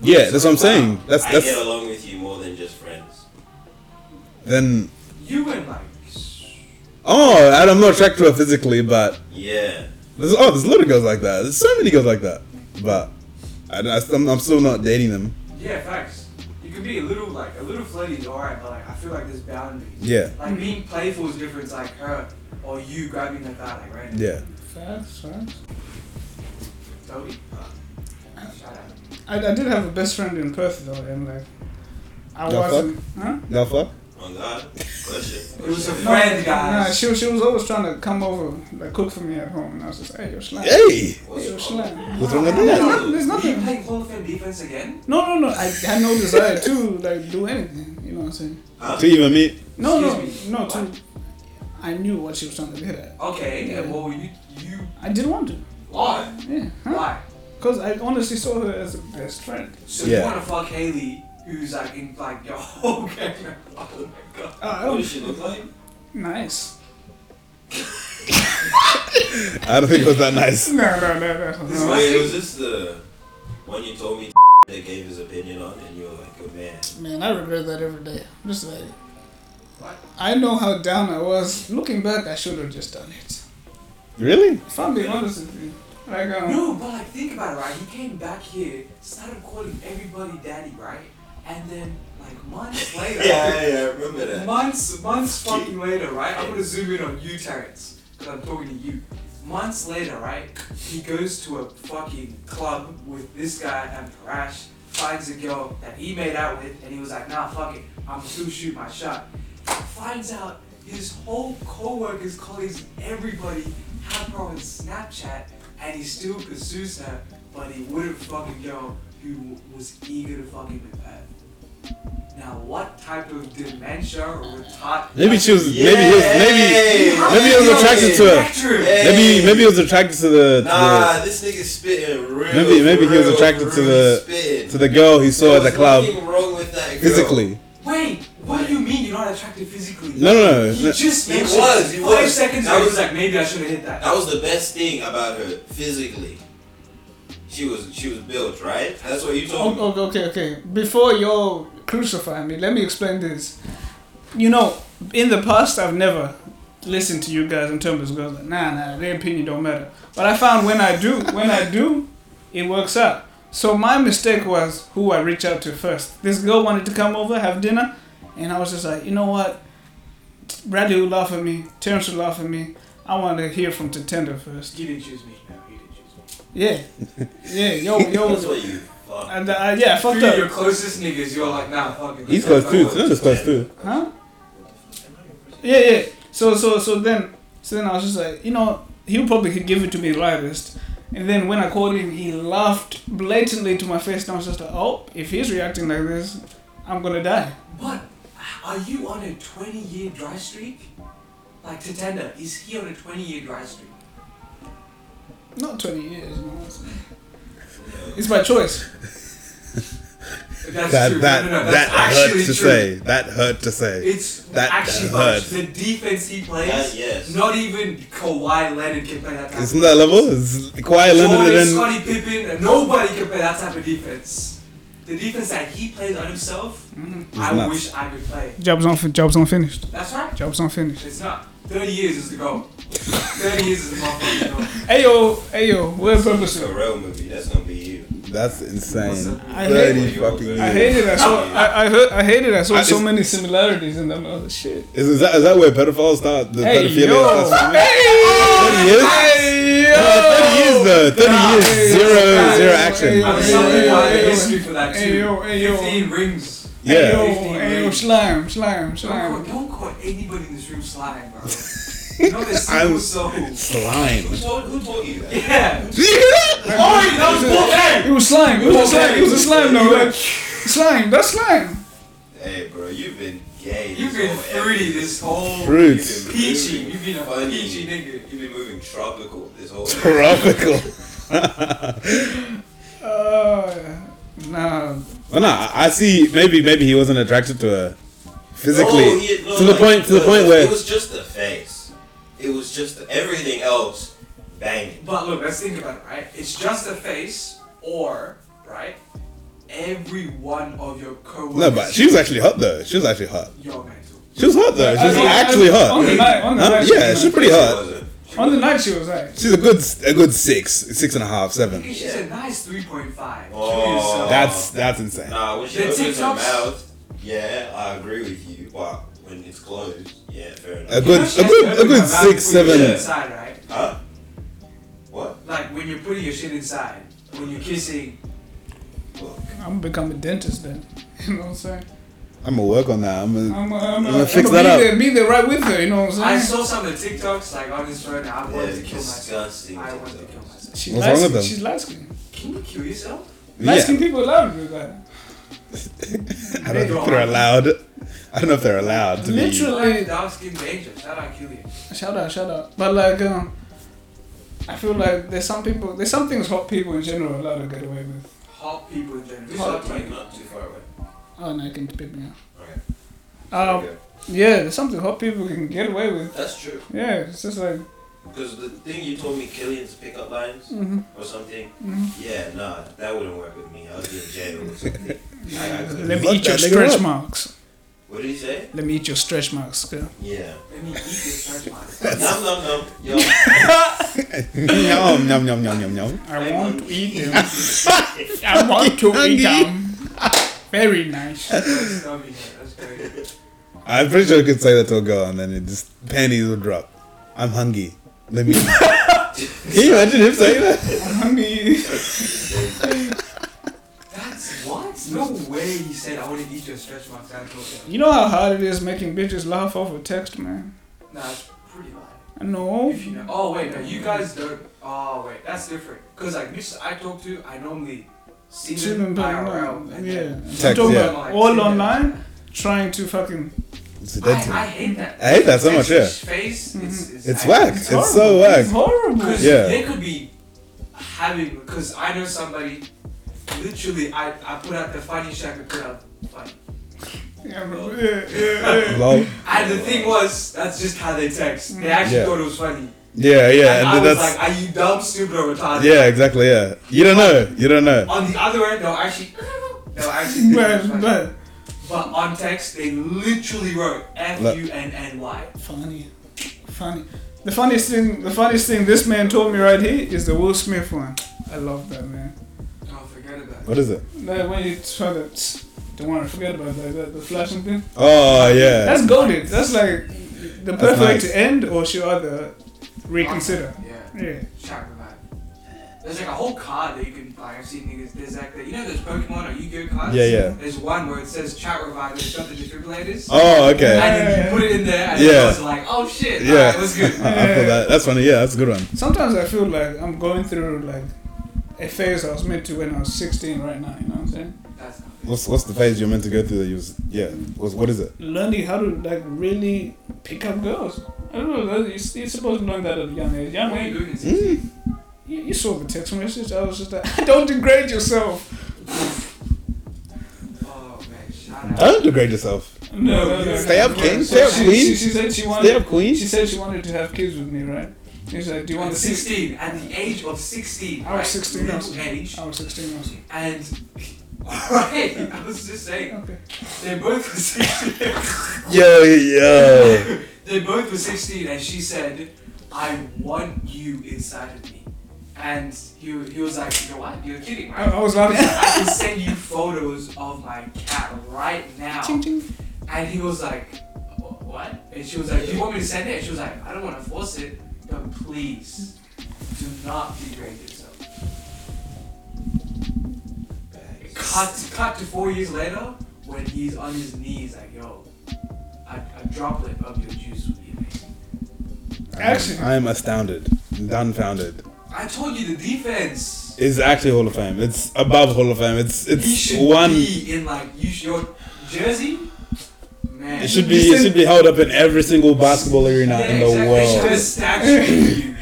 Speaker 2: yeah, that's what I'm saying. That's
Speaker 4: I
Speaker 2: that's
Speaker 4: get along with you more than just friends.
Speaker 2: then.
Speaker 3: You went like. s-
Speaker 2: Oh, and I'm not attracted to her physically, but
Speaker 4: Yeah.
Speaker 2: there's oh, there's a lot of girls like that. There's so many girls like that, but I, am I'm still not dating them.
Speaker 3: Yeah, facts. You could be a little like a little flirty is alright, but like I feel like there's boundaries.
Speaker 2: Yeah,
Speaker 3: Like being playful is different. It's like her or you grabbing the thigh, like right?
Speaker 2: yeah.
Speaker 1: Facts, facts.
Speaker 3: Toby. uh, Shout out.
Speaker 1: I, I did have a best friend in Perth though, and like I
Speaker 2: The fuck?
Speaker 1: wasn't. Huh?
Speaker 2: Y'all fuck?
Speaker 4: On Oh, God. Question.
Speaker 3: It was a
Speaker 1: No,
Speaker 3: friend, guys.
Speaker 1: Nah, she, she was always trying to come over, like cook for me at home, and I was just, hey, you're slam.
Speaker 2: Hey,
Speaker 1: Hey, you're
Speaker 4: What's wrong?
Speaker 1: slam.
Speaker 2: what's wrong with
Speaker 1: There's
Speaker 2: that?
Speaker 1: nothing. There's
Speaker 3: Were you
Speaker 1: nothing.
Speaker 3: playing Hall of Fame defense again?
Speaker 1: No, no, no. I had no desire to like do anything. You know what I'm saying?
Speaker 4: Huh?
Speaker 2: To even meet?
Speaker 1: No, no,
Speaker 3: Excuse me.
Speaker 1: no. To, I knew what she was trying to get at.
Speaker 3: Okay.
Speaker 1: Yeah.
Speaker 3: Yeah. Well, you you
Speaker 1: I didn't want to.
Speaker 3: why
Speaker 1: Yeah. Huh?
Speaker 3: why?
Speaker 1: Because I honestly saw her as a best friend.
Speaker 3: So
Speaker 2: Yeah.
Speaker 3: you want to fuck Haley, who's like in like your whole game? Oh my god.
Speaker 1: Uh, I
Speaker 4: What
Speaker 1: don't-
Speaker 4: does she look like?
Speaker 1: nice.
Speaker 2: I don't think it was that nice.
Speaker 1: No, no, no, no.
Speaker 3: This
Speaker 1: no.
Speaker 3: was-
Speaker 4: Wait, was this the one you told me that gave his opinion on, and you were like, "Good man."
Speaker 1: Man, I regret that every day. Just like,
Speaker 3: What?
Speaker 1: I know how down I was. Looking back, I should have just done it.
Speaker 2: Really?
Speaker 1: If I'm being honest with you, like, um,
Speaker 3: No, but like think about it, right? He came back here, started calling everybody daddy, right? And then like months later,
Speaker 4: Yeah, yeah, I remember that.
Speaker 3: months, months fucking later, right? I'm gonna zoom in on you, Terrence, because I'm talking to you. Months later, right? He goes to a fucking club with this guy and Parash, finds a girl that he made out with, and he was like, nah, fuck it, I'm still shoot my shot. Finds out his whole co-workers, colleagues, everybody have her on Snapchat, and he still pursues her, but he wouldn't fucking go. Who was eager to fucking with her. Now, what type of dementia or retard?
Speaker 2: Maybe she was. Maybe he was. Maybe.
Speaker 3: How
Speaker 2: maybe
Speaker 3: did
Speaker 2: I was
Speaker 3: you go
Speaker 2: attracted
Speaker 3: in
Speaker 2: to
Speaker 3: the
Speaker 2: her.
Speaker 3: bathroom?
Speaker 4: Yeah.
Speaker 2: Maybe. Maybe he was attracted to the. To
Speaker 4: Nah, this nigga's spitting real.
Speaker 2: Maybe- maybe
Speaker 4: real,
Speaker 2: he was attracted to
Speaker 4: real
Speaker 2: the-
Speaker 4: spitting.
Speaker 2: the, to the girl he saw at the
Speaker 4: There's
Speaker 2: club
Speaker 4: Nothing wrong with that girl.
Speaker 2: physically.
Speaker 3: Wait, what do you mean you're not attracted physically?
Speaker 2: No, no,
Speaker 3: He
Speaker 2: no.
Speaker 3: just
Speaker 4: He
Speaker 3: mentioned
Speaker 4: was, he
Speaker 3: five
Speaker 4: was.
Speaker 3: seconds
Speaker 4: That
Speaker 3: ago. He
Speaker 4: was-
Speaker 3: was like, maybe I should have hit that.
Speaker 4: That was the best thing about her physically. She was she was built right. That's what you told me.
Speaker 1: Oh, oh, okay, okay. Before y'all crucify me, let me explain this. You know, in the past, I've never listened to you guys in terms of girls. Like, nah, nah, their opinion don't matter. But I found when I do, when I do, it works out. So my mistake was who I reached out to first. This girl wanted to come over, have dinner, and I was just like, you know what? Bradley will laugh at me. Terrence will laugh at me. I want to hear from Tatenda first.
Speaker 3: He didn't choose me. No, he didn't choose me.
Speaker 1: Yeah, yeah, yo,
Speaker 4: That's
Speaker 1: yo,
Speaker 4: what you. fuck.
Speaker 1: and uh, yeah, I fucked
Speaker 3: Three of your
Speaker 1: up.
Speaker 3: closest niggas, you're like, nah, fuck it.
Speaker 2: He's close too. No, just close too.
Speaker 1: Huh? Yeah, yeah. So so so then so then I was just like, you know, he probably could give it to me lightest. And then when I called him, he laughed blatantly to my face, and I was just like, oh, if he's reacting like this, I'm gonna die.
Speaker 3: But are you on a 20 year dry streak? Like Tatenda, is he on a 20 year dry streak?
Speaker 1: Not 20 years. You know what I'm saying? It's by choice.
Speaker 3: If That's
Speaker 2: That
Speaker 3: true.
Speaker 2: that
Speaker 3: no, no, no,
Speaker 2: that
Speaker 3: that's
Speaker 2: hurt
Speaker 3: actually
Speaker 2: to
Speaker 3: true.
Speaker 2: say. That hurt to say.
Speaker 3: It's
Speaker 2: That-
Speaker 3: actually
Speaker 2: that hurt.
Speaker 3: much. The defense he plays,
Speaker 4: That- yes.
Speaker 3: not even Kawhi Leonard can play that type
Speaker 2: Isn't
Speaker 3: of
Speaker 2: that level? Is Kawhi Leonard
Speaker 3: Jordan,
Speaker 2: and
Speaker 3: Scottie Pippen, nobody can play that type of defense. the defense that he plays on himself,
Speaker 1: hmm
Speaker 3: I
Speaker 2: Mm-hmm. nuts.
Speaker 3: wish I could play.
Speaker 1: Job's unfi- job's unfinished.
Speaker 3: That's right.
Speaker 1: Job's unfinished.
Speaker 3: It's not. 30 years is the goal. 30 years is the motherfucking goal.
Speaker 1: Ayo, ayo, where's
Speaker 4: It's a
Speaker 1: Bubba?
Speaker 4: real movie. That's gonna be you.
Speaker 2: That's
Speaker 3: What's
Speaker 2: insane.
Speaker 3: up?
Speaker 1: I hate-
Speaker 2: Thirty fucking years.
Speaker 1: I hated. I saw. I, I heard. I hated. I saw
Speaker 2: I
Speaker 1: so
Speaker 2: just-
Speaker 1: many similarities in them. Oh shit.
Speaker 2: Is, is that is that where pedophiles start? The
Speaker 1: Hey
Speaker 2: pedophilia
Speaker 1: yo.
Speaker 2: starts.
Speaker 1: Hey.
Speaker 2: 30 years?
Speaker 1: Hey yo.
Speaker 2: Thirty years though. Thirty years.
Speaker 1: Hey,
Speaker 2: Zero
Speaker 1: hey,
Speaker 2: zero
Speaker 1: hey,
Speaker 2: action.
Speaker 3: I was
Speaker 1: Hey,
Speaker 3: something
Speaker 1: hey,
Speaker 3: about the
Speaker 1: hey,
Speaker 3: history for that
Speaker 1: Hey
Speaker 3: too.
Speaker 1: yo. Hey yo.
Speaker 3: 15 rings.
Speaker 1: Hey
Speaker 2: Yeah.
Speaker 1: yo. Hey yo. Slime. Slime.
Speaker 3: Don't call,
Speaker 1: Slime.
Speaker 3: don't call anybody in this room slime, bro. you know this
Speaker 2: I'm-
Speaker 3: simple so.
Speaker 2: Slime.
Speaker 4: Who told, who told you that?
Speaker 3: Yeah.
Speaker 2: Do you hear that?
Speaker 3: Ori, that was
Speaker 1: It was slime. It was a slime. It was a slime though. Like slime. That's slime.
Speaker 4: Hey, bro, you've been gay.
Speaker 3: You've
Speaker 4: this
Speaker 3: been
Speaker 4: whole
Speaker 3: fruity
Speaker 4: episode.
Speaker 3: this whole.
Speaker 2: Fruits.
Speaker 4: You've been
Speaker 3: Peachy.
Speaker 4: moving
Speaker 3: You've been a
Speaker 4: funny.
Speaker 3: peachy nigga.
Speaker 4: You've been moving tropical this whole.
Speaker 2: Tropical.
Speaker 1: Uh, nah.
Speaker 2: Well, no, I- I see. Maybe, maybe he wasn't attracted to her physically.
Speaker 4: No, he- no,
Speaker 2: to the
Speaker 4: Oh, no,
Speaker 2: point, to the
Speaker 4: no,
Speaker 2: point where
Speaker 4: it was just the face. It was just the, everything else banging.
Speaker 3: But look, let's think about it, right? It's just a face, or, right? Every one of your coworkers.
Speaker 2: no, but she was actually hot though. She was actually hot.
Speaker 3: Yo, mental.
Speaker 2: She was hot though. She was
Speaker 1: I- I-
Speaker 2: actually
Speaker 1: On the
Speaker 2: hot.
Speaker 1: night. On the
Speaker 2: Huh?
Speaker 1: night.
Speaker 2: Yeah,
Speaker 1: she was
Speaker 2: she
Speaker 1: like-
Speaker 2: pretty
Speaker 4: She
Speaker 2: hot.
Speaker 4: wasn't-
Speaker 1: On
Speaker 4: she
Speaker 1: the
Speaker 4: wasn't-
Speaker 1: night she was like.
Speaker 2: She's a good, a good six, six and a half, seven.
Speaker 3: She's a nice 3.5.
Speaker 4: Oh.
Speaker 3: Kill yourself.
Speaker 2: That's that's insane.
Speaker 4: Nah, when she
Speaker 3: The
Speaker 4: opens her
Speaker 3: TikToks.
Speaker 4: mouth, yeah, I agree with you. But when it's closed, yeah, fair enough.
Speaker 2: A
Speaker 3: You know
Speaker 2: good,
Speaker 3: she
Speaker 2: a
Speaker 3: has to
Speaker 2: good, a
Speaker 3: open her
Speaker 2: good
Speaker 3: mouth
Speaker 2: six,
Speaker 3: before you put it
Speaker 2: seven.
Speaker 3: Inside, right?
Speaker 4: Huh? What?
Speaker 3: Like when you're putting your shit inside, when you're kissing.
Speaker 4: Look,
Speaker 1: I'm gonna become a dentist then. You know what I'm saying?
Speaker 2: I'm gonna work on that. I'm gonna.
Speaker 1: I'm, i I'm,
Speaker 2: I'ma
Speaker 1: gonna
Speaker 2: fix
Speaker 1: be
Speaker 2: that up.
Speaker 1: There, be there right with her. You know what
Speaker 3: I
Speaker 1: I'm saying?
Speaker 3: saw some of the TikToks like on his phone. and I wanted
Speaker 4: they're
Speaker 3: to kill myself.
Speaker 4: disgusting.
Speaker 3: I wanted to kill
Speaker 4: TikToks.
Speaker 3: myself.
Speaker 1: She's
Speaker 2: What's wrong with
Speaker 1: light-skinned.
Speaker 2: them?
Speaker 1: She's light skinned.
Speaker 3: Can you kill yourself?
Speaker 1: Light
Speaker 2: Yeah.
Speaker 1: skinned people allowed to do that.
Speaker 2: I don't know if they're allowed. I don't know if they're allowed to be.
Speaker 1: Literally.
Speaker 3: Like, dark skin danger. Shout out Killian.
Speaker 1: Shout out, shout out. But like, um, I feel like there's some people, there's some things hot people in general are allowed to get away with.
Speaker 3: Hot people in general.
Speaker 4: This
Speaker 3: Hot
Speaker 4: is
Speaker 3: people.
Speaker 4: like not too far away.
Speaker 1: Oh, no, you can pick me
Speaker 4: Okay.
Speaker 1: up. Um,
Speaker 4: There you go.
Speaker 1: yeah, there's something hot people can get away with.
Speaker 4: That's true.
Speaker 1: Yeah, it's just like,
Speaker 4: Because the thing you told me, Killian's pickup lines
Speaker 1: mm-hmm,
Speaker 4: or something.
Speaker 1: mm-hmm.
Speaker 4: Yeah, nah, that wouldn't work with me. I'll be in jail or something. I- I couldn't.
Speaker 1: Let me
Speaker 2: Fuck
Speaker 1: eat your
Speaker 2: that nigga
Speaker 1: stretch
Speaker 2: up.
Speaker 1: marks.
Speaker 4: What did he say?
Speaker 1: Let me eat your stretch marks, girl.
Speaker 4: Yeah.
Speaker 3: Let me eat this trash man.
Speaker 4: Nom nom nom. Yo.
Speaker 2: Yum yum yum yum yum yum.
Speaker 1: I
Speaker 4: I'm
Speaker 1: want to
Speaker 4: hungry.
Speaker 1: eat them. I want to eat them. Very nice.
Speaker 3: That's dummy, That's great.
Speaker 2: I'm pretty sure I could say that to a girl and then it just panties would drop. I'm hungry. Let me. Can you imagine him saying that?
Speaker 1: I mean,
Speaker 3: That's what? No way he said I want to eat your stretch marks. That's okay.
Speaker 1: you know how hard it is making bitches laugh over text, man.
Speaker 3: Nah, it's pretty light.
Speaker 1: I know.
Speaker 3: If you know. Oh wait, no, you guys don't. Oh wait, that's different. Cause like bitches I talk to, I normally see them
Speaker 1: Children,
Speaker 3: IRL.
Speaker 1: but
Speaker 3: and
Speaker 1: yeah.
Speaker 3: then-
Speaker 1: I'm
Speaker 2: Text,
Speaker 1: talking
Speaker 2: yeah.
Speaker 1: about all online, trying to fucking
Speaker 2: It's a
Speaker 3: I,
Speaker 2: dead thing.
Speaker 3: I hate that.
Speaker 2: I hate that so much, yeah.
Speaker 3: Face, it's,
Speaker 1: Mm-hmm.
Speaker 3: it's,
Speaker 2: It's
Speaker 3: I-
Speaker 2: whack. It's
Speaker 1: horrible.
Speaker 2: so whack.
Speaker 1: It's horrible.
Speaker 3: Because
Speaker 2: Yeah.
Speaker 3: they could be having. Because I know somebody. Literally, I, I put out the funniest I could put out. Funny.
Speaker 1: Yeah, bro. yeah, yeah, yeah.
Speaker 2: Lol.
Speaker 3: And the thing was, that's just how they text.
Speaker 1: Mm-hmm.
Speaker 3: They actually
Speaker 2: Yeah.
Speaker 3: thought it was funny.
Speaker 2: Yeah, yeah,
Speaker 3: and
Speaker 2: and,
Speaker 3: I
Speaker 2: then
Speaker 3: was
Speaker 2: that's
Speaker 3: like, are you dumb, stupid, or retarded?
Speaker 2: yeah, exactly, yeah. You don't know, you don't know.
Speaker 3: On the other end, they'll actually. They'll actually. think it was
Speaker 1: But,
Speaker 3: funny.
Speaker 1: but
Speaker 3: But on text, they literally wrote F
Speaker 2: Look.
Speaker 3: U N N Y.
Speaker 1: funny, funny. The funniest thing, the funniest thing this man told me right here is the Will Smith one. I love that man.
Speaker 3: Oh, forget about it.
Speaker 2: What is it?
Speaker 1: That when you try to, don't want to forget about that, that the flashing thing.
Speaker 2: Oh yeah,
Speaker 1: That's golden. That's like the perfect
Speaker 2: That's
Speaker 1: way
Speaker 2: nice.
Speaker 1: to end or should other reconsider.
Speaker 3: Yeah,
Speaker 1: Yeah.
Speaker 3: shout about it. There's like a whole card that you can buy. I've seen niggas. There's like the, you know those Pokemon or Yu-Gi-Oh cards.
Speaker 2: yeah, yeah.
Speaker 3: There's one where it says chat revive. and It's got the defibrillators.
Speaker 2: Oh okay,
Speaker 3: And then you put it in there, and yeah.
Speaker 2: Yeah.
Speaker 3: it was like, oh shit,
Speaker 2: Yeah.
Speaker 3: yeah, alright, that's good.
Speaker 2: I, I feel that. That's funny. Yeah, that's a good one.
Speaker 1: Sometimes I feel like I'm going through like a phase I was meant to when I was 16. Right now, you know what I'm saying?
Speaker 3: That's not good.
Speaker 2: What's what's the phase you're meant to go through? That you was yeah. What's, what is it?
Speaker 1: learning how to like really pick up girls. I don't know. that- You're, you're supposed to learn that at a young age. Young
Speaker 3: What are you
Speaker 1: age,
Speaker 3: doing? Is
Speaker 2: Mm.
Speaker 1: you, you saw the text message. I was just like, don't degrade yourself.
Speaker 2: Hmm?
Speaker 3: Oh man, shout out.
Speaker 2: Don't degrade yourself.
Speaker 1: No, no, no.
Speaker 2: Stay
Speaker 1: no.
Speaker 2: up, king.
Speaker 1: So
Speaker 2: Stay up,
Speaker 1: she,
Speaker 2: queen.
Speaker 1: She, she said she wanted.
Speaker 2: Stay up, queen.
Speaker 1: She said she wanted to have kids with me, right? She's like, do you want
Speaker 3: At
Speaker 1: to see?
Speaker 3: 16, at the age of 16.
Speaker 1: I was
Speaker 3: right?
Speaker 1: 16
Speaker 3: Middle
Speaker 1: also.
Speaker 3: age.
Speaker 1: I was 16 also.
Speaker 3: And Alright, I was just saying.
Speaker 1: Okay.
Speaker 3: They both were 16.
Speaker 2: Yo, yo.
Speaker 3: they both were 16, and she said, I want you inside of me. And he, he was like, You're what? You're kidding,
Speaker 1: I,
Speaker 3: right?
Speaker 1: I was loud as
Speaker 3: I can send you photos of my cat right now.
Speaker 1: ching ching.
Speaker 3: And he was like, "Wh- What? And she was like, You want me to send it? And she was like, I don't want to force it, but please do not degrade yourself. Cut, cut to four years later when he's on his knees, like, Yo, a, a droplet of your juice would be amazing.
Speaker 1: Action.
Speaker 2: I am astounded, dumbfounded.
Speaker 3: I told you the defense.
Speaker 2: It's actually Hall of Fame. It's above Hall of Fame. It's
Speaker 3: You
Speaker 2: it's
Speaker 3: should
Speaker 2: one.
Speaker 3: be in like you should, your jersey, man.
Speaker 2: It should be it should be held up in every single basketball arena in the
Speaker 3: exactly. They should have a
Speaker 2: world.
Speaker 3: statue of you.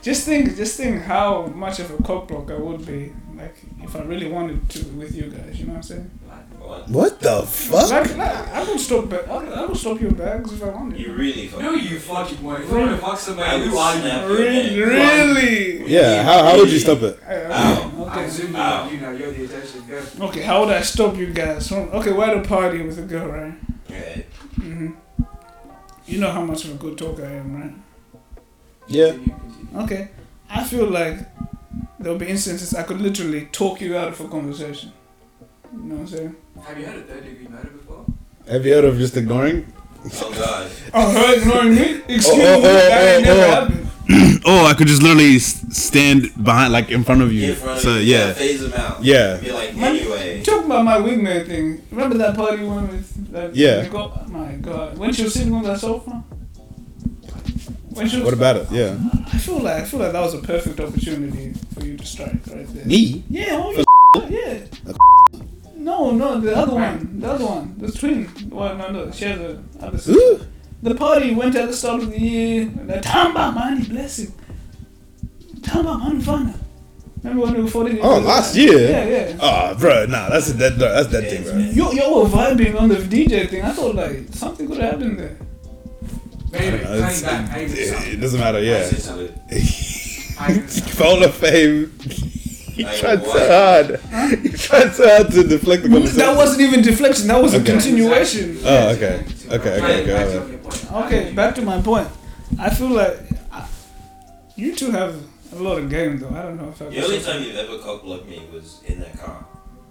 Speaker 1: Just think, just think how much of a cock block I would be, like if I really wanted to with you guys. You know what I'm saying?
Speaker 4: What?
Speaker 2: What the fuck?
Speaker 1: Like, like I would stop, ba- I, would, I would stop your bags if I wanted.
Speaker 4: You really fucking.
Speaker 3: No, you fucking won't. If you want to fuck
Speaker 4: I
Speaker 3: somebody,
Speaker 4: would
Speaker 3: who are
Speaker 4: snap.
Speaker 3: you?
Speaker 1: Really, really.
Speaker 2: Yeah. How, how would you stop it?
Speaker 1: I- I-
Speaker 4: Ow.
Speaker 3: I'm
Speaker 1: Okay.
Speaker 3: zooming
Speaker 4: Ow.
Speaker 3: on you now. You're the attention girl.
Speaker 1: Okay. How would I stop you guys from? Okay, we're at a party with a girl, right?
Speaker 4: Right.
Speaker 1: Mm-hmm. You know how much of a good talker I am, right?
Speaker 2: Yeah.
Speaker 3: Continue, continue.
Speaker 1: Okay. I feel like there'll be instances I could literally talk you out of a conversation. You know what I'm saying?
Speaker 3: Have you heard of third degree murder before?
Speaker 2: Have you heard of just ignoring?
Speaker 4: Oh god.
Speaker 1: Oh, her ignoring me? Excuse
Speaker 2: Oh, oh,
Speaker 1: me, that
Speaker 2: oh,
Speaker 1: ain't never
Speaker 2: oh.
Speaker 1: happened.
Speaker 2: oh, I could just literally s- stand behind, like in front of
Speaker 4: Get
Speaker 2: you.
Speaker 4: in front of
Speaker 2: So
Speaker 4: you,
Speaker 2: yeah,
Speaker 4: Phase him out.
Speaker 2: yeah.
Speaker 4: Be like,
Speaker 1: Man,
Speaker 4: anyway.
Speaker 1: Talk about my wingman thing. Remember that party one with that
Speaker 2: Yeah.
Speaker 1: girl? Oh my god. When she was sitting on that sofa? When she was,
Speaker 2: What about it? Yeah.
Speaker 1: I feel like I feel like that was a perfect opportunity for you to strike right there.
Speaker 2: Me?
Speaker 1: Yeah, oh yeah. yeah. No, no, the other one. The other one. The twin. Well, no, no, she has a other sister.
Speaker 2: Ooh.
Speaker 1: The party went at the start of the year. The Tamba Mani blessing. Tamba Manfana. Remember when we fought
Speaker 2: Oh, last year.
Speaker 1: Yeah, yeah.
Speaker 2: Oh, bro, nah, that's a dead, that's dead thing, bro.
Speaker 1: You, you were vibing on the DJ thing. I thought like something could happen there.
Speaker 3: Anyway,
Speaker 2: Uh,
Speaker 3: coming
Speaker 2: it's-
Speaker 3: back. I even
Speaker 2: It, it doesn't matter. Yeah.
Speaker 4: That's it.
Speaker 3: I even
Speaker 2: Hall of Fame. He
Speaker 4: Like
Speaker 2: tried
Speaker 4: what?
Speaker 2: so hard. He tried so hard to deflect the conversation.
Speaker 1: That wasn't even deflection. That was
Speaker 2: Okay.
Speaker 1: a continuation.
Speaker 2: Oh, okay. Okay, okay, okay, okay.
Speaker 1: Okay, back to my point. I feel like I, you two have a lot of game though. I don't know if I.
Speaker 4: The only time you've ever cockblocked me was in that car.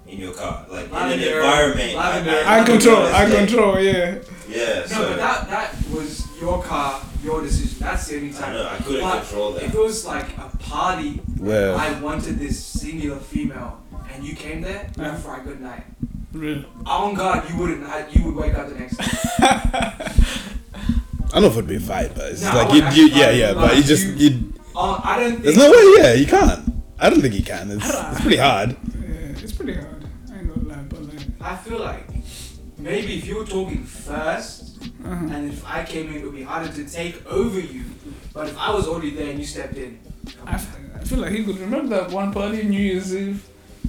Speaker 4: In your car. Like, in an
Speaker 3: Lavender.
Speaker 4: environment.
Speaker 3: Lavender.
Speaker 1: I control. I
Speaker 4: Yeah.
Speaker 1: control. Yeah.
Speaker 4: Yeah,
Speaker 3: No,
Speaker 4: so.
Speaker 3: but that that was your car, your decision. That's the only
Speaker 4: I
Speaker 3: time.
Speaker 4: know, I couldn't
Speaker 3: But
Speaker 4: control that.
Speaker 3: If it was like a party,
Speaker 2: Well.
Speaker 3: I wanted this singular female, and you came there, you
Speaker 1: Uh-huh.
Speaker 3: have fried good night.
Speaker 1: Really.
Speaker 3: On God, you wouldn't. I- You would wake up the next day.
Speaker 2: I don't know if it'd be fight, but it's just
Speaker 3: No, I
Speaker 2: like you, you,
Speaker 3: wouldn't
Speaker 2: yeah,
Speaker 3: actually
Speaker 2: yeah.
Speaker 3: like
Speaker 2: But you just,
Speaker 3: you-
Speaker 2: you,
Speaker 3: Uh, I don't.
Speaker 2: there's no
Speaker 3: Think
Speaker 2: way. Yeah, you can't. I don't think you can. It's, it's pretty hard.
Speaker 1: Yeah, it's pretty hard. I ain't gonna lie, but like.
Speaker 3: I feel like maybe if you were talking first,
Speaker 1: Uh-huh.
Speaker 3: and if I came in, it would be harder to take over you. But if I was already there and you stepped in,
Speaker 1: I, f- I feel like he could remember that one party New Year's Eve.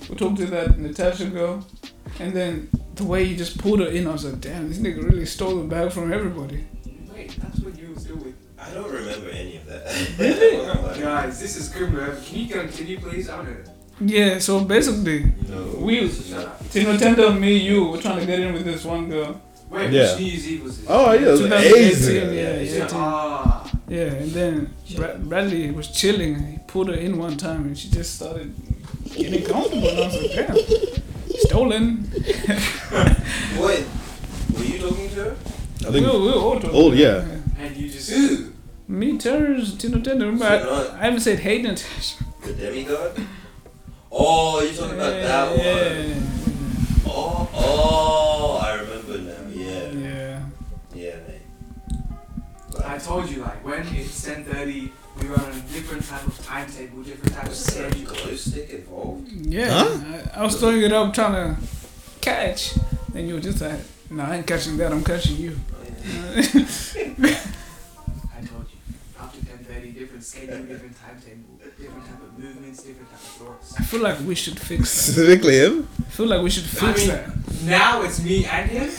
Speaker 1: We talked to that Natasha girl, and then the way he just pulled her in, I was like, damn, this nigga really stole the bag from everybody.
Speaker 3: wait, that's what you was doing.
Speaker 4: I don't remember any of that.
Speaker 1: Really?
Speaker 3: Oh
Speaker 4: Like,
Speaker 3: Guys, this is criminal. Can you continue, please? I'm gonna.
Speaker 1: Yeah. So basically,
Speaker 4: no,
Speaker 1: We-
Speaker 4: this is not-
Speaker 1: Tino Tender, me, you, were trying to get in with this one girl.
Speaker 3: Wait,
Speaker 2: Yeah.
Speaker 3: which New Year's Eve was this?
Speaker 2: Oh, yeah, it was
Speaker 1: 2018,
Speaker 2: ages.
Speaker 1: yeah,
Speaker 4: Yeah,
Speaker 1: yeah.
Speaker 3: Ah.
Speaker 1: Yeah, and then Bra- Bradley was chilling and he pulled her in one time and she just started getting comfortable and I was like, damn, stolen.
Speaker 4: What? Were you talking to her?
Speaker 2: I
Speaker 1: We
Speaker 2: think
Speaker 1: were, we were all talking.
Speaker 2: Old, yeah.
Speaker 3: And you just.
Speaker 1: Me, Terrence, Tino Tender, remember I, I haven't said Hayden and Tasha.
Speaker 4: The demigod? Oh, you're talking about that one. Oh, oh, I remember now.
Speaker 1: Yeah.
Speaker 4: Yeah,
Speaker 1: yeah.
Speaker 4: yeah, mate.
Speaker 3: I
Speaker 4: Like,
Speaker 3: told you, like, when it's 10.30, we were on a different type of timetable, different type of
Speaker 4: was there a
Speaker 3: schedule.
Speaker 4: glow stick involved?
Speaker 1: Yeah,
Speaker 2: Huh?
Speaker 1: I, I was throwing it up trying to catch. Then you were just like, no, I ain't catching that, I'm catching you.
Speaker 4: Oh, yeah.
Speaker 3: I told you. After 10.30, different schedule, different timetable, different type of movements, different type of thoughts.
Speaker 1: I feel like we should fix that.
Speaker 2: specifically him.
Speaker 1: I feel like we should
Speaker 3: I
Speaker 1: fix
Speaker 3: mean,
Speaker 1: that.
Speaker 3: now it's me and him,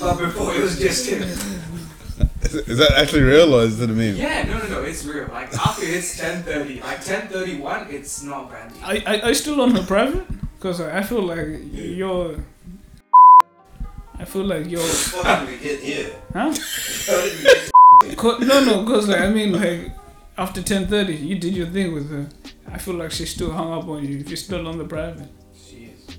Speaker 3: but before it was just him.
Speaker 2: Is, is that actually real or is it a meme?
Speaker 3: Yeah, no, no, no, it's real. Like, after it's 10.30, like 10.31, it's not Brandy.
Speaker 1: Are, are, are you still on her private? Cause I feel like you're. I feel like you're.
Speaker 4: How did we get here?
Speaker 1: Huh?
Speaker 4: How did we get
Speaker 1: Co- no, no, cause like I mean, like after ten thirty, you did your thing with her. I feel like she's still hung up on you. If you're still on the private.
Speaker 4: Jeez.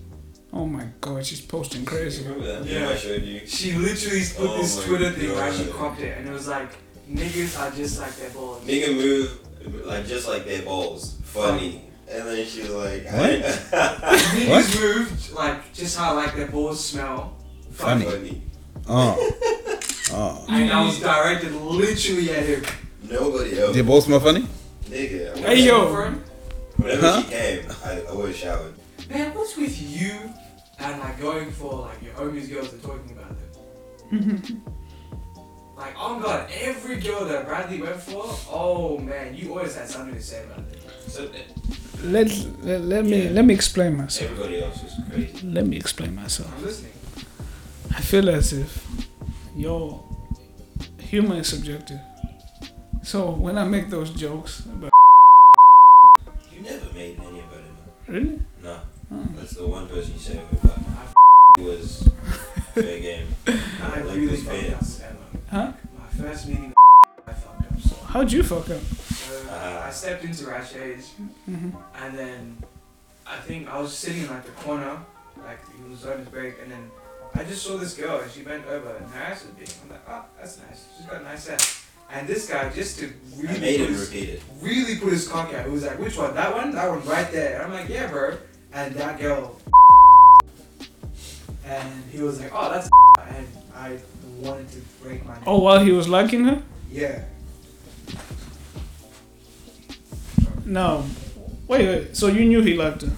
Speaker 1: Oh my god, she's posting crazy.
Speaker 4: Remember that
Speaker 3: Yeah.
Speaker 4: video I showed you?
Speaker 3: She literally put
Speaker 4: Oh
Speaker 3: this
Speaker 4: my
Speaker 3: Twitter thing where
Speaker 4: God.
Speaker 3: she cropped it and it was like, niggas are just like their balls.
Speaker 4: Nigga move like just like their balls. Funny. And then she's like,
Speaker 2: What?
Speaker 3: Niggas moved like just how like their balls smell.
Speaker 2: Funny. Oh. Oh.
Speaker 3: And that was directed literally at him.
Speaker 4: Nobody else.
Speaker 2: Did both smell funny?
Speaker 4: Nigga.
Speaker 1: Hey, yo.
Speaker 4: Whenever
Speaker 2: Huh?
Speaker 4: she came, I always showered.
Speaker 3: Man, what's with you and like going for like your homies girls and talking about them? Like, oh my god, every girl that Bradley went for, oh man, you always had something to say about them.
Speaker 4: So eh,
Speaker 1: Let let, let me let me explain myself.
Speaker 4: everybody else was crazy.
Speaker 1: Let me explain myself.
Speaker 3: I'm listening.
Speaker 1: I feel as if yo humor is subjective. So when I make those jokes about
Speaker 4: You never made any of it.
Speaker 1: really,
Speaker 4: No.
Speaker 1: Oh.
Speaker 4: That's the one person you said it about. It was fair game.
Speaker 3: I
Speaker 4: like
Speaker 3: really
Speaker 4: this
Speaker 3: fucked
Speaker 4: fan.
Speaker 3: up with Emma.
Speaker 1: huh?
Speaker 3: My first meeting with I fucked up so
Speaker 1: How'd you fuck up?
Speaker 3: So
Speaker 4: Ah.
Speaker 3: I stepped into Rashay's
Speaker 1: Mhm.
Speaker 3: and then I think I was sitting in like the corner, like it was on his break, and then I just saw this girl and she bent over and her ass was big. I'm like, oh, that's nice. She's got a nice ass. And this guy just to
Speaker 4: I
Speaker 3: really
Speaker 4: made
Speaker 3: put
Speaker 4: him
Speaker 3: his,
Speaker 4: repeat it.
Speaker 3: really put his cock out. He was like, which one? That one? That one right there. And I'm like, yeah, bro. And that girl. And he was like, oh, that's. And I wanted to break my. neck.
Speaker 1: Oh, while he was liking her?
Speaker 3: Yeah.
Speaker 1: No. Wait, wait. So you knew he liked her?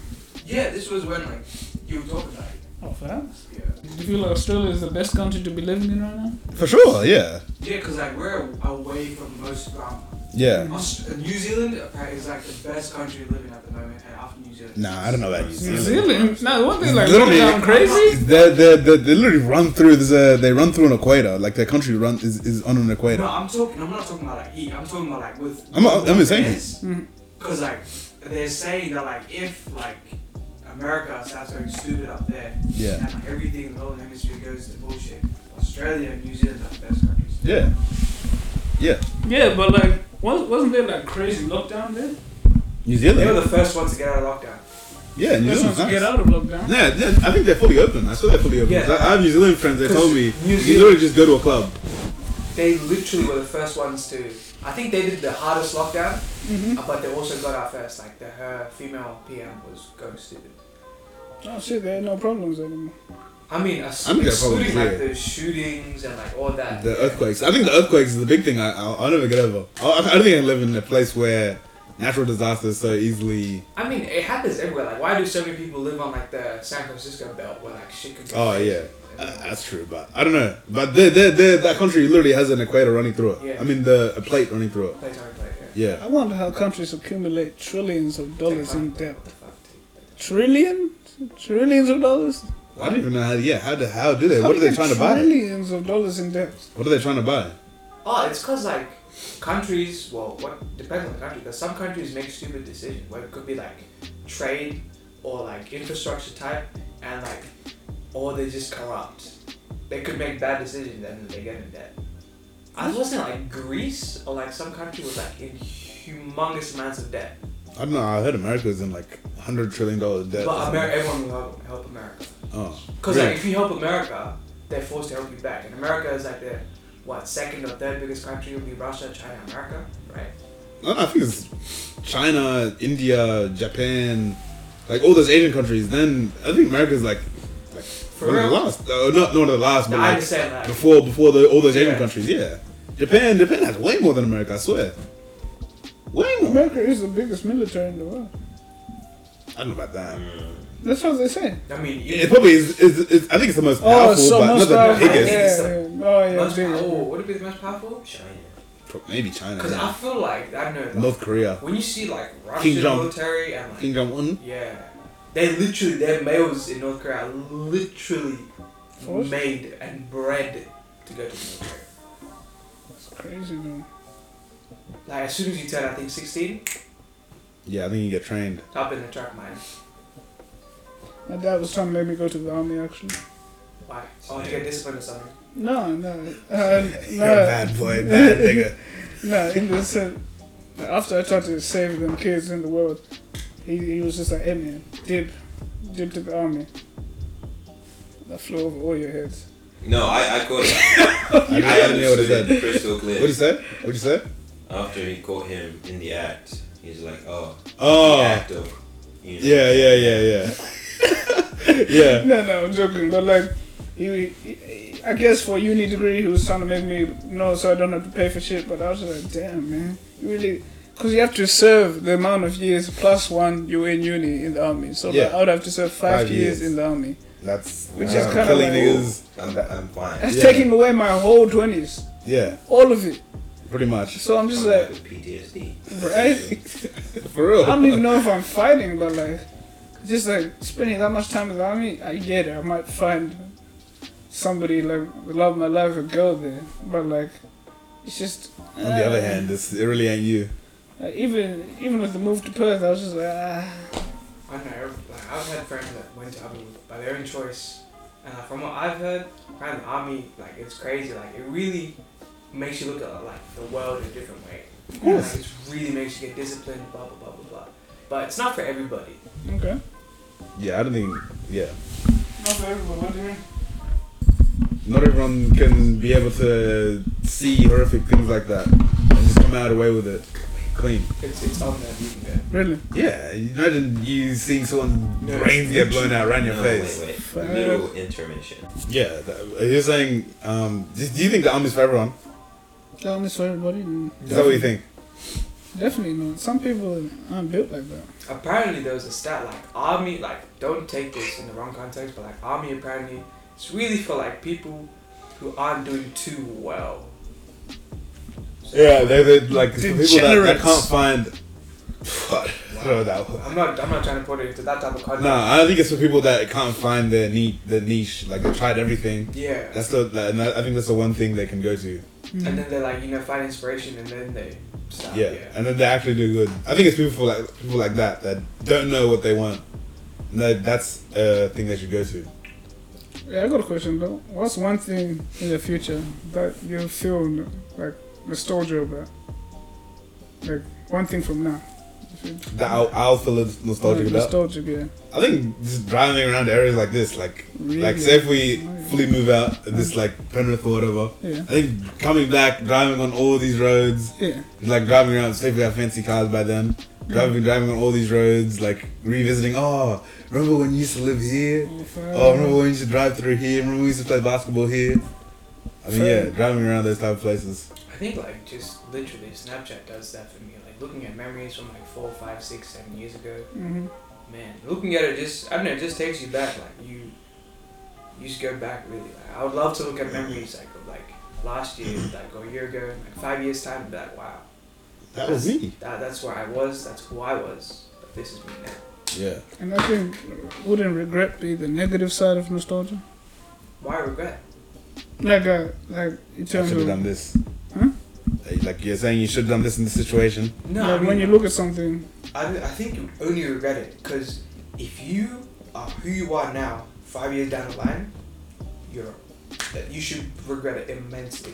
Speaker 3: Yeah, this was when like you were talking about it.
Speaker 1: Oh, fast.
Speaker 3: Yeah.
Speaker 1: Do you feel like Australia is the best country to be living in right now?
Speaker 2: For sure, yeah.
Speaker 3: Yeah, because like we're away from most drama.
Speaker 2: Yeah.
Speaker 3: Aust- uh, New Zealand uh, is like the best country to live in at the moment, and after New Zealand.
Speaker 2: Nah, I don't know about New
Speaker 1: New
Speaker 2: Zealand.
Speaker 1: Zealand? No, one thing like
Speaker 2: Literally-
Speaker 1: looking down crazy.
Speaker 2: They, they, they, they literally run through this, uh, they run through an equator like their country run is, is on an
Speaker 3: No,
Speaker 2: equator
Speaker 3: I'm talking. I'm not talking about like heat. I'm talking about like with.
Speaker 2: I'm- I'm- I'm insane.
Speaker 1: Mhm.
Speaker 3: Because like they're saying that like if like America starts going stupid up there,
Speaker 2: yeah
Speaker 3: and like everything in the northern hemisphere goes to bullshit, Australia and New Zealand are the best countries.
Speaker 2: yeah yeah
Speaker 1: Yeah, but like, was- wasn't there like crazy lockdown there?
Speaker 2: New
Speaker 3: They were
Speaker 2: Zealand
Speaker 3: the first ones to get out of lockdown.
Speaker 2: yeah New
Speaker 1: Let's
Speaker 2: Zealand's
Speaker 1: not
Speaker 2: nice.
Speaker 1: get out of lockdown.
Speaker 2: yeah, yeah I think they're fully open I saw they're fully open
Speaker 3: Yeah.
Speaker 2: 'Cause I, I have New Zealand friends they told me
Speaker 3: New
Speaker 2: you
Speaker 3: Zealand-
Speaker 2: literally just go to a club
Speaker 3: They literally were the first ones to. I think they did the hardest lockdown, uh, but they also got out first. Like the her female PM was going stupid.
Speaker 1: Oh shit, there ain't no problems anymore.
Speaker 3: I mean, as-
Speaker 2: I think they're probably
Speaker 3: excluding like
Speaker 2: clear.
Speaker 3: the shootings and like all that.
Speaker 2: the
Speaker 3: yeah.
Speaker 2: earthquakes I think the earthquakes is the big thing I, I'll, I'll never get over I, I don't think I live in a place where natural disasters so easily
Speaker 3: I mean, it happens everywhere. Like, why do so many people live on like the San Francisco belt where like shit could go?
Speaker 2: oh
Speaker 3: crazy?
Speaker 2: yeah uh, that's true but I don't know but they they they that country literally has an equator running through it
Speaker 3: Yeah.
Speaker 2: I mean the a plate running through it
Speaker 3: Play, play, play, yeah.
Speaker 2: yeah
Speaker 1: I wonder how countries accumulate trillions of dollars in debt.
Speaker 3: What the fuck, dude?
Speaker 1: Trillion? Trillions of dollars?
Speaker 2: I don't even know how. Yeah, how do how do they?
Speaker 1: How
Speaker 2: what are
Speaker 1: do
Speaker 2: they
Speaker 1: you
Speaker 2: trying
Speaker 1: get
Speaker 2: to buy?
Speaker 1: Trillions of dollars in debt.
Speaker 2: What are they trying to buy?
Speaker 3: Oh, it's cause like countries. Well, what depends on the country. Because some countries make stupid decisions. Where it could be like trade or like infrastructure type, and like or they just corrupt. They could make bad decisions and they get in debt. I was listening like Greece or like some country with like in humongous amounts of debt.
Speaker 2: I don't know. I heard America is in like hundred trillion dollars debt. or
Speaker 3: But
Speaker 2: something.
Speaker 3: Amer- everyone will help, help America.
Speaker 2: oh,
Speaker 3: Because
Speaker 2: really?
Speaker 3: like, if you help America, they're forced to help you back. And America is like the, what, second or third biggest country would be Russia, China, America, right?
Speaker 2: No, no, I think it's China, India, Japan, like all those Asian countries. Then I think America's like like
Speaker 3: For
Speaker 2: one of the
Speaker 3: real?
Speaker 2: last. Uh, not not one of the last,
Speaker 3: No,
Speaker 2: but
Speaker 3: I
Speaker 2: like
Speaker 3: understand that.
Speaker 2: before before the, all those Asian
Speaker 3: Yeah.
Speaker 2: countries. Yeah, Japan Japan has way more than America. I swear, way more.
Speaker 1: America is the biggest military in the world.
Speaker 2: I don't know about that.
Speaker 3: Mm.
Speaker 1: That's what they say.
Speaker 3: I mean, you,
Speaker 2: It probably is, is, is. I think it's the
Speaker 3: Oh,
Speaker 2: most
Speaker 1: Oh,
Speaker 2: powerful, but not the
Speaker 3: powerful.
Speaker 2: biggest.
Speaker 1: Yeah, yeah. Oh yeah,
Speaker 3: most
Speaker 1: big.
Speaker 3: powerful, would it be the most powerful?
Speaker 4: China.
Speaker 2: Maybe China.
Speaker 3: Because I
Speaker 2: yeah.
Speaker 3: feel like, I don't know, like,
Speaker 2: North Korea.
Speaker 3: when you see like
Speaker 2: King
Speaker 3: Russian
Speaker 2: Jong.
Speaker 3: military and like,
Speaker 2: King Jong Un.
Speaker 3: yeah, they literally, their males in North Korea are literally
Speaker 1: Forced?
Speaker 3: made and bred to go to the military.
Speaker 1: It's crazy though.
Speaker 3: Like, as soon as you turn, I think, 16,
Speaker 2: Yeah, I think you get trained.
Speaker 3: up in the track mine.
Speaker 1: My dad was trying to make me go to the army actually.
Speaker 3: Why? Oh, you get disciplined or something.
Speaker 1: No, no, uh,
Speaker 2: You're a
Speaker 1: no,
Speaker 2: bad boy, bad nigga.
Speaker 1: no. In the sense, after I tried to save them kids in the world, he, he was just like, "Hey man, dip, dip to the army." That flew over all your heads.
Speaker 4: No, I, I caught it.
Speaker 2: I don't know what he
Speaker 4: understood
Speaker 2: said.
Speaker 4: crystal clear.
Speaker 2: What you say? What you say?
Speaker 4: After he caught him in the act, he's like, oh, the
Speaker 2: Oh,
Speaker 4: act of, you know.
Speaker 2: yeah, yeah, yeah, yeah. yeah.
Speaker 1: No, no, I'm joking. But like, he, he- I guess for uni degree, he was trying to make me know so I don't have to pay for shit. But I was just like, damn, man, you really, because you have to serve the amount of years plus one you were in uni in the army. So like,
Speaker 2: Yeah.
Speaker 1: I would have to serve five,
Speaker 2: Five
Speaker 1: years.
Speaker 2: years.
Speaker 1: in the army.
Speaker 2: That's
Speaker 1: Which
Speaker 2: wow.
Speaker 1: is kinda
Speaker 2: killing
Speaker 1: like-
Speaker 2: niggas.
Speaker 4: Um, I'm, I'm fine.
Speaker 1: That's
Speaker 2: Yeah.
Speaker 1: taking away my whole twenties,
Speaker 2: Yeah,
Speaker 1: all of it.
Speaker 2: pretty much.
Speaker 1: So I'm just
Speaker 4: I'm
Speaker 1: like,
Speaker 4: like with PTSD.
Speaker 1: right?
Speaker 2: For real.
Speaker 1: I don't even know if I'm fighting, but like, just like spending that much time in the army, I get it. I might find somebody like the love of my life a girl there, but like, it's just. uh,
Speaker 2: On the other hand, it's, it really ain't you.
Speaker 1: like, even even with the move to Perth, I was just like, ah,
Speaker 3: I don't know. Like, I've had friends that went to army by their own choice, and like, from what I've heard, around the army, like it's crazy. Like it really makes you look at like the world a different way. Of
Speaker 2: course.
Speaker 3: Like, it really makes you get disciplined. Blah blah blah blah blah. But it's not for everybody.
Speaker 1: okay.
Speaker 2: Yeah, I don't think. Yeah,
Speaker 1: Not for everyone, what do you mean?
Speaker 2: not everyone can be able to see horrific things like that and just come out away with it clean.
Speaker 3: It's it's on them. You can go.
Speaker 1: Really?
Speaker 2: Yeah, you imagine you seeing someone's
Speaker 3: No.
Speaker 2: brains get blown out around your
Speaker 4: No,
Speaker 2: face.
Speaker 4: wait, wait.
Speaker 1: Fuck.
Speaker 4: Little intermission.
Speaker 2: Yeah, that, you're saying. Um, do do you think the army's for everyone?
Speaker 1: Tell me for everybody. mm,
Speaker 2: Is that what you think?
Speaker 1: Definitely not. Some people aren't built like that.
Speaker 3: Apparently, there was a stat like army. Like don't take this in the wrong context, but like army apparently it's really for like people who aren't doing too well.
Speaker 2: Yeah, they're, they're like the people that, that
Speaker 1: Degenerates.
Speaker 2: can't find. What? I don't know that word.
Speaker 3: I'm not. I'm not trying to put it into that type of context.
Speaker 2: No, I think it's for people that can't find their niche. Their niche, like they tried everything.
Speaker 3: Yeah.
Speaker 2: That's the. that- And I think that's the one thing they can go to.
Speaker 1: Mm.
Speaker 3: and then they like you know find inspiration and then they stop.
Speaker 2: Yeah, and then they actually do good. I think it's people like people like that that don't know what they want. And that, that's a thing they should go to.
Speaker 1: Yeah, I got a question though. What's one thing in the future that you feel like nostalgia about? Like one thing from now. If you-
Speaker 2: That I'll, I'll feel it nostalgic
Speaker 1: Like,
Speaker 2: about.
Speaker 1: nostalgic, yeah.
Speaker 2: I think just driving around areas like this, like
Speaker 1: Really?
Speaker 2: like say if we fully move out of this like Penrith or whatever.
Speaker 1: Yeah.
Speaker 2: I think coming back, driving on all these roads,
Speaker 1: Yeah.
Speaker 2: like driving around, say we have fancy cars by then, driving, driving on all these roads, like revisiting. Oh, remember when you used to live here? Oh, remember when you used to drive through here? Remember when we used to play basketball here? I mean, yeah,
Speaker 1: Fair.
Speaker 2: driving around those type of places.
Speaker 3: I think like just literally Snapchat does that for me. Like looking at memories from like four, five, six, seven years ago.
Speaker 1: Mhm.
Speaker 3: Man, looking at it just I don't know, it just takes you back. Like you, you just go back really. Like, I would love to look at memories like of like last year, like or a year ago, like five years time, and be like wow,
Speaker 2: That was me.
Speaker 3: that, that's where I was, that's who I was. But this is me now.
Speaker 2: Yeah.
Speaker 1: And I think wouldn't regret be the negative side of nostalgia?
Speaker 3: Why regret?
Speaker 1: Like, uh, like in
Speaker 2: I
Speaker 1: terms
Speaker 2: should have
Speaker 1: of
Speaker 2: done this.
Speaker 1: Huh?
Speaker 2: Like you're saying, you should have done this in this situation.
Speaker 3: No, I
Speaker 1: like,
Speaker 3: mean,
Speaker 1: when you look at something,
Speaker 3: I, I think you only regret it because if you are who you are now, five years down the line, you're that you should regret it immensely.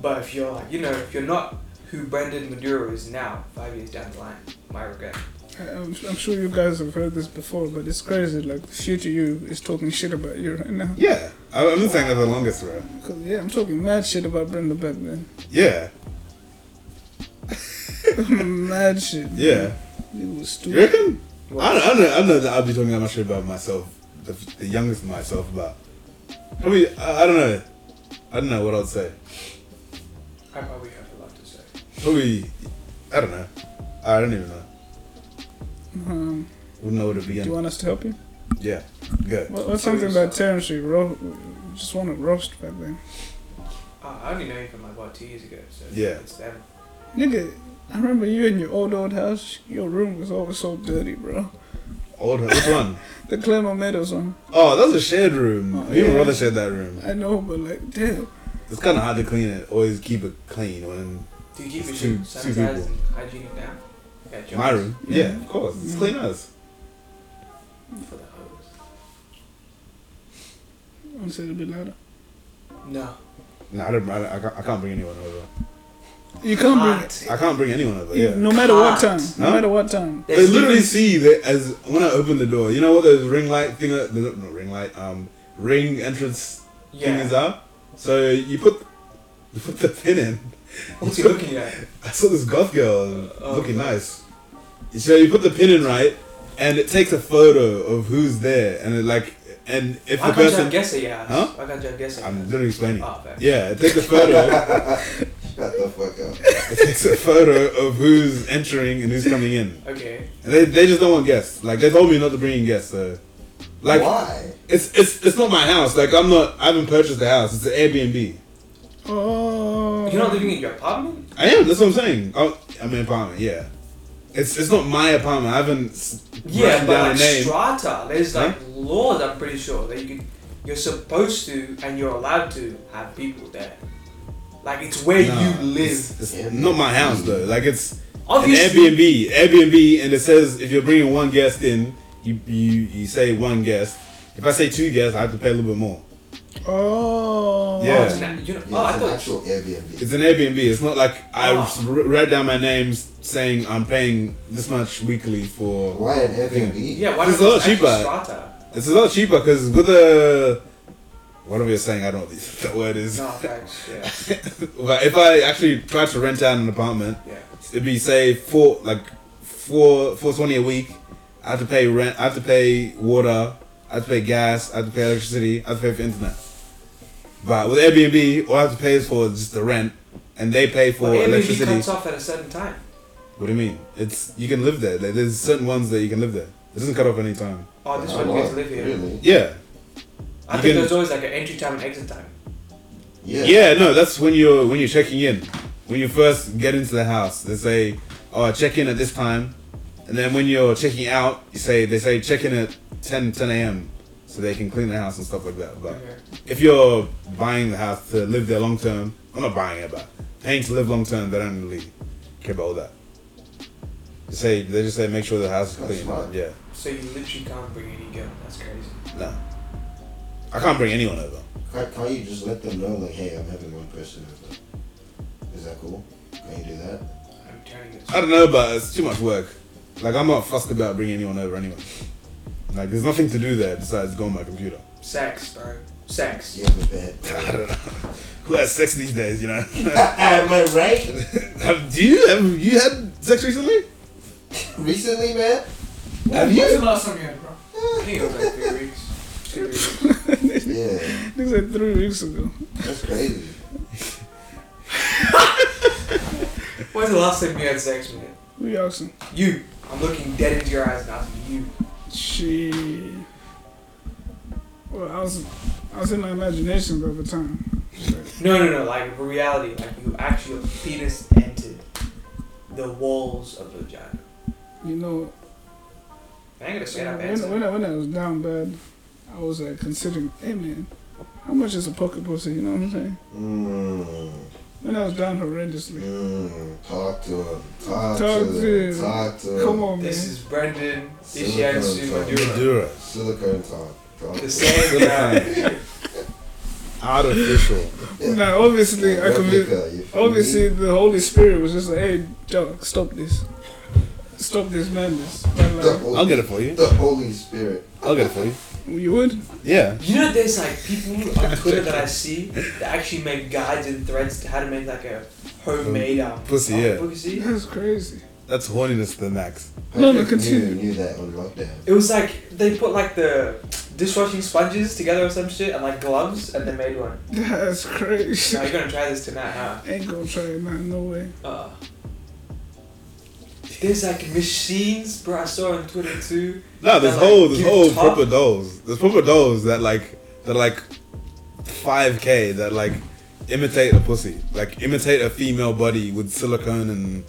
Speaker 3: But if you're like, you know, if you're not who Brendan Maduro is now, five years down the line, my regret.
Speaker 1: I- I'm, I'm sure you guys have heard this before, but it's crazy. Like the future you is talking shit about you right now.
Speaker 2: Yeah. I, I'm not saying that's the longest row.
Speaker 1: 'Cause, yeah, I'm talking mad shit about Brenda back then.
Speaker 2: Yeah.
Speaker 1: mad shit.
Speaker 2: Yeah.
Speaker 1: It was
Speaker 2: You
Speaker 1: stupid.
Speaker 2: reckon? I don't, I, don't know, I don't know that I'll be talking that much shit about myself, the, the youngest myself, but probably I, I don't know. I don't know what I'd say.
Speaker 3: I probably have a lot to say.
Speaker 2: Probably I don't know. I don't even know.
Speaker 1: Um,
Speaker 2: Wouldn't know where to
Speaker 1: Do you
Speaker 2: begin.
Speaker 1: want us to help you?
Speaker 2: Yeah, good.
Speaker 1: What, what's something about Terrence you ro- just want to roast back then?
Speaker 3: Uh, I only know you from like what two years ago, so
Speaker 2: Yeah.
Speaker 3: it's them.
Speaker 1: Nigga, I remember you in your old old house. Your room was always so dirty, bro.
Speaker 2: Old which one?
Speaker 1: The Claremont Meadows one.
Speaker 2: Oh, that was a shared room.
Speaker 1: Oh,
Speaker 2: Me and my
Speaker 1: yeah.
Speaker 2: brother shared that room.
Speaker 1: I know, but like, damn.
Speaker 2: It's kind of hard to clean it. Always keep it clean when
Speaker 3: Do you keep your
Speaker 2: It's two-
Speaker 3: shit
Speaker 2: two
Speaker 3: sanitized
Speaker 2: people.
Speaker 3: and hygienic now? Yeah,
Speaker 2: my room. Mm.
Speaker 1: Yeah.
Speaker 2: Yeah, of course, it's clean as.
Speaker 3: For the hose.
Speaker 1: I said it a bit louder.
Speaker 3: No.
Speaker 2: Nah, I, don't, I, don't- I can't- I can't bring anyone over.
Speaker 1: You can't bring it.
Speaker 2: I can't bring anyone over.
Speaker 1: You-
Speaker 2: Yeah.
Speaker 1: No matter what time. No
Speaker 2: Huh?
Speaker 1: matter what time.
Speaker 2: They literally see that as when I open the door. You know what the ring light thing? uh, The, no ring light. Um, ring entrance
Speaker 3: Yeah.
Speaker 2: thing is up. So you put you put the pin in.
Speaker 3: What's he looking at?
Speaker 2: I saw this goth girl uh,
Speaker 3: Oh,
Speaker 2: looking
Speaker 3: God.
Speaker 2: nice. So you put the pin in right, and it takes a photo of who's there, and it like, and if
Speaker 3: Why
Speaker 2: the
Speaker 3: can't you
Speaker 2: person,
Speaker 3: guess it, yeah?
Speaker 2: Huh?
Speaker 3: Why can't you guess it?
Speaker 2: I'm literally explaining.
Speaker 3: Ah, fair.
Speaker 2: Yeah, it takes a photo.
Speaker 4: Shut the fuck up.
Speaker 2: it takes a photo of who's entering and who's coming in.
Speaker 3: Okay.
Speaker 2: And they, they just don't want guests. Like they told me not to bring in guests. So, like,
Speaker 4: Why?
Speaker 2: it's it's it's not my house. Like I'm not. I haven't purchased the house. It's an Airbnb.
Speaker 1: Oh.
Speaker 3: You're not living in your apartment?
Speaker 2: I am. That's what I'm saying. I'm, I'm in an apartment. Yeah. It's it's not my apartment. I haven't. s-
Speaker 3: Yeah,
Speaker 2: written
Speaker 3: but
Speaker 2: down
Speaker 3: like
Speaker 2: a name. Hmm?
Speaker 3: strata, there's
Speaker 2: Huh?
Speaker 3: like laws. I'm pretty sure that you could, you're supposed to and you're allowed to have people there. Like it's where
Speaker 2: Nah,
Speaker 3: you live.
Speaker 2: It's, it's not my house though. Like it's
Speaker 3: Obviously,
Speaker 2: an Airbnb. Airbnb, and it says if you're bringing one guest in, you you you say one guest. If I say two guests, I have to pay a little bit more.
Speaker 1: Oh.
Speaker 2: Yeah.
Speaker 3: it's na- you know, oh,
Speaker 4: Yeah,
Speaker 3: I
Speaker 4: it's an
Speaker 3: thought
Speaker 4: actual Airbnb.
Speaker 2: It's an Airbnb. It's not like I
Speaker 3: Ah.
Speaker 2: s- r- write down my name s- saying I'm paying this much weekly for.
Speaker 4: Why an Airbnb?
Speaker 3: Yeah, why
Speaker 2: It's
Speaker 3: not
Speaker 2: a lot
Speaker 3: actual
Speaker 2: cheaper.
Speaker 3: Strata?
Speaker 2: It's a lot cheaper because with the whatever you're saying, I don't know what the word is.
Speaker 3: No, thanks. Yeah,
Speaker 2: but if I actually tried to rent out an apartment,
Speaker 3: yeah.
Speaker 2: it'd be say four like four four twenty a week. I have to pay rent. I have to pay water. I have to pay gas. I have to pay electricity. I have to pay for internet. But with Airbnb, all I have to pay is for just the rent, and they pay for
Speaker 3: But Airbnb
Speaker 2: electricity.
Speaker 3: cuts off at a certain time.
Speaker 2: What do you mean? It's you can live there. There- There's certain ones that you can live there. It doesn't cut off any time.
Speaker 3: Oh, this
Speaker 4: Oh,
Speaker 3: one you
Speaker 4: wow,
Speaker 3: get to live here.
Speaker 4: Really?
Speaker 2: Yeah,
Speaker 3: I
Speaker 2: You
Speaker 3: think
Speaker 2: can-
Speaker 3: there's always like an entry time and exit time.
Speaker 4: Yeah.
Speaker 2: yeah. No, that's when you're when you're checking in. When you first get into the house, they say, "Oh, check in at this time," and then when you're checking out, you say they say check in at 10, 10 a.m. so they can clean the house and stuff like that. But
Speaker 3: Okay.
Speaker 2: if you're buying the house to live there long term, I'm not buying it, but paying to live long term, they don't really care about all that. They say they just say make sure the house is
Speaker 4: That's
Speaker 2: clean.
Speaker 4: smart.
Speaker 2: Yeah,
Speaker 3: So you literally can't bring any girl. That's crazy.
Speaker 2: no, I can't bring anyone over.
Speaker 4: Can't, can't you just let them know, like, hey, I'm having one person over? Is that cool? Can you do that?
Speaker 3: I'm telling you.
Speaker 2: I don't know, but it's too much work. Like I'm not fussed about bringing anyone over anyway. Like there's nothing to do there besides go on my computer.
Speaker 3: Sex, bro. Sex.
Speaker 4: Yeah, but bad.
Speaker 2: I don't know. Who has sex these days? You know?
Speaker 4: Am I right?
Speaker 2: have, do you have you had sex recently?
Speaker 4: Recently, man?
Speaker 2: Have
Speaker 5: When's
Speaker 2: you?
Speaker 5: the last time you had, bro?
Speaker 3: I think it was like three weeks. Two weeks.
Speaker 4: Yeah,
Speaker 1: This is like three weeks ago.
Speaker 4: that's crazy.
Speaker 3: When's the last time you had sex with him?
Speaker 1: We awesome.
Speaker 3: You. I'm looking dead into your eyes and asking you.
Speaker 1: She. Well, I was, I was in my imagination the other time.
Speaker 3: No, no, no. Like for reality, like you actually your penis entered the walls of the vagina.
Speaker 1: You know,
Speaker 3: I ain't gonna say that
Speaker 1: when,
Speaker 3: answer.
Speaker 1: when, I, when I was down bad, I was like considering, hey man, how much is a pocket pussy? You know what I'm saying?
Speaker 4: Mmm.
Speaker 1: When I was down horrendously.
Speaker 4: Mmm. Talk to him.
Speaker 1: Talk
Speaker 4: Talk, to,
Speaker 1: to
Speaker 4: him.
Speaker 1: him.
Speaker 4: Talk to
Speaker 5: Uh,
Speaker 4: him.
Speaker 1: Come on, man.
Speaker 3: This is Brendan
Speaker 4: Silicone
Speaker 3: Ishiatsu Maduro.
Speaker 2: Madura.
Speaker 4: Silicone talk. Talk
Speaker 3: The
Speaker 4: to him.
Speaker 3: same guy.
Speaker 2: Artificial.
Speaker 1: now, obviously, I commit.
Speaker 4: Replica, you feel
Speaker 1: Obviously,
Speaker 4: me?
Speaker 1: the Holy Spirit was just like, hey, dog, stop this. Stop this madness. But
Speaker 4: The
Speaker 1: like,
Speaker 4: Holy,
Speaker 2: I'll get it for you.
Speaker 4: The Holy Spirit.
Speaker 2: I'll get it for you.
Speaker 1: you would?
Speaker 2: Yeah.
Speaker 3: You know, there's like people on Twitter that I see that actually make guides and threads to how to make like a homemade um,
Speaker 2: Pussy,
Speaker 3: um,
Speaker 2: yeah.
Speaker 3: pussy.
Speaker 1: That's crazy.
Speaker 2: That's horniness to the max.
Speaker 1: No, no,
Speaker 4: Patrick
Speaker 1: continue.
Speaker 4: Knew, knew that on lockdown.
Speaker 3: It was like they put like the dishwashing sponges together or some shit and like gloves and they made one.
Speaker 1: That's crazy.
Speaker 3: Now you're gonna try this tonight, huh?
Speaker 1: Ain't gonna try it now, no way.
Speaker 3: Uh, there's like machines, bro. I saw on Twitter too.
Speaker 2: No, there's
Speaker 3: That, like,
Speaker 2: whole there's
Speaker 3: give
Speaker 2: whole
Speaker 3: top?
Speaker 2: proper dolls. There's proper dolls that like that like five K that like imitate a pussy. Like imitate a female body with silicone and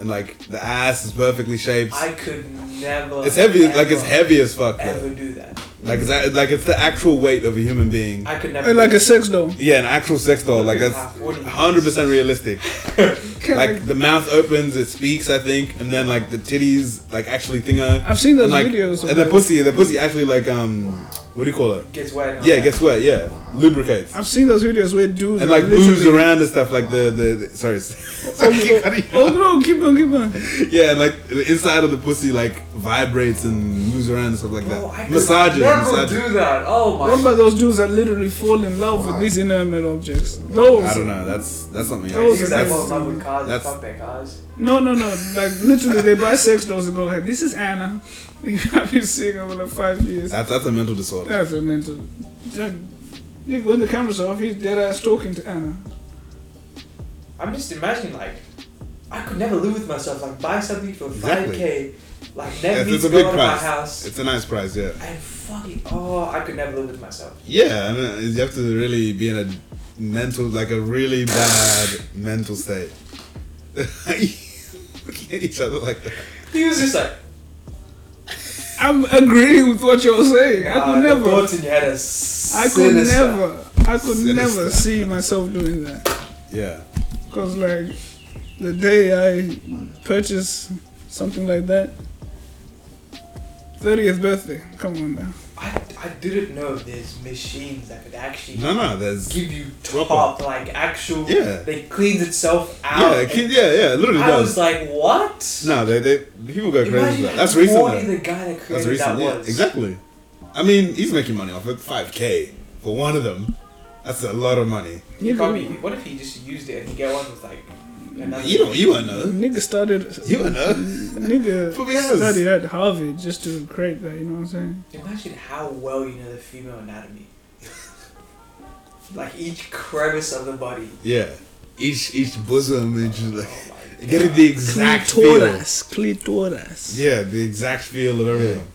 Speaker 2: and like the ass is perfectly shaped.
Speaker 3: I could never.
Speaker 2: it's heavy like
Speaker 3: ever,
Speaker 2: it's heavy as fuck. though.
Speaker 3: Ever do that?
Speaker 2: Like it's a- like it's the actual weight of a human being.
Speaker 3: I could never.
Speaker 1: Hey, like a sex doll.
Speaker 2: Yeah, an actual sex doll. Like
Speaker 3: Look at
Speaker 2: that's
Speaker 3: that, what do you-
Speaker 2: hundred percent realistic. like the mouth opens, it speaks, I think, and then like the titties like actually thing are
Speaker 1: I've seen those
Speaker 2: and, like,
Speaker 1: videos. of
Speaker 2: And the
Speaker 1: that.
Speaker 2: pussy, the pussy actually like um, what do you call it?
Speaker 3: Gets wet.
Speaker 2: Yeah, guess what? Yeah, lubricates
Speaker 1: I've seen those videos where dudes
Speaker 2: and
Speaker 1: are
Speaker 2: like moves
Speaker 1: literally-
Speaker 2: around and stuff like the the, the sorry. sorry, keep cutting you
Speaker 1: Oh
Speaker 2: off.
Speaker 1: no! Keep on, keep on.
Speaker 2: yeah, and, like the inside of the pussy like vibrates and moves around and stuff like
Speaker 3: Bro, Oh, I
Speaker 2: that.
Speaker 3: could
Speaker 2: Massage it,
Speaker 3: Never
Speaker 2: massage it.
Speaker 3: do that. Oh my.
Speaker 1: What about those dudes that literally fall in love with these inanimate objects? Those.
Speaker 2: I don't know. That's that's something.
Speaker 1: That was
Speaker 2: else.
Speaker 3: Niggas that fall in love with cars and
Speaker 2: That's-
Speaker 3: fuck their cars.
Speaker 1: No, no, no. Like literally, they buy sex dolls and go like, "This is Anna. I've been seeing her for like five years."
Speaker 2: That's that's a mental disorder.
Speaker 1: That's a mental. Jack- yeah, When the cameras are off, he's dead ass talking to Anna.
Speaker 3: I'm just imagining like, I could never live with myself. Like buy something for
Speaker 2: Exactly.
Speaker 3: five k, like
Speaker 2: Yes,
Speaker 3: never
Speaker 2: it's
Speaker 3: needs
Speaker 2: a
Speaker 3: to go
Speaker 2: big
Speaker 3: out of my
Speaker 2: price.
Speaker 3: house.
Speaker 2: It's a nice price, yeah.
Speaker 3: And fucking oh, I could never live with myself.
Speaker 2: Yeah, I mean, you have to really be in a mental, like a really bad mental state. Looking at each other like that.
Speaker 3: He was just like,
Speaker 1: I'm agreeing with what you're saying. I
Speaker 3: "Ah,
Speaker 1: could
Speaker 3: the
Speaker 1: never.
Speaker 3: Thoughts in your head are
Speaker 1: I could
Speaker 3: sinister."
Speaker 1: never. I could
Speaker 2: Sinister.
Speaker 1: never see myself doing that.
Speaker 2: Yeah.
Speaker 1: Cause like, the day I purchase something like that, thirtieth birthday. Come on now.
Speaker 3: I, I didn't know there's machines that could actually
Speaker 2: No, no, there's.
Speaker 3: give you
Speaker 2: Proper.
Speaker 3: top like actual.
Speaker 2: Yeah.
Speaker 3: They cleans itself out.
Speaker 2: Yeah, kid, yeah, yeah, it literally
Speaker 3: I was
Speaker 2: does.
Speaker 3: like, what?
Speaker 2: No, they, they, people go crazy for
Speaker 3: Imagine
Speaker 2: that. That's
Speaker 3: how
Speaker 2: recent,
Speaker 3: corny
Speaker 2: though.
Speaker 3: the guy that
Speaker 2: That's
Speaker 3: created
Speaker 2: recent,
Speaker 3: that
Speaker 2: yeah.
Speaker 3: was.
Speaker 2: Exactly. I mean, he's making money off it. 5K for one of them. That's a lot of money.
Speaker 3: He
Speaker 1: Nigga,
Speaker 3: probably, what if he just used it and he got one with like another?
Speaker 2: You don't, you won't know.
Speaker 1: nigga started.
Speaker 2: You won't know.
Speaker 1: Nigga
Speaker 2: Probably has.
Speaker 1: studied at Harvard just to create that. You know what I'm saying?
Speaker 3: Imagine how well you know the female anatomy. like each crevice of the body.
Speaker 2: Yeah. Each, each bosom, each, like,
Speaker 3: Oh my
Speaker 2: get it the exact feel.
Speaker 1: Clitoris.
Speaker 2: Yeah, the exact feel of everything.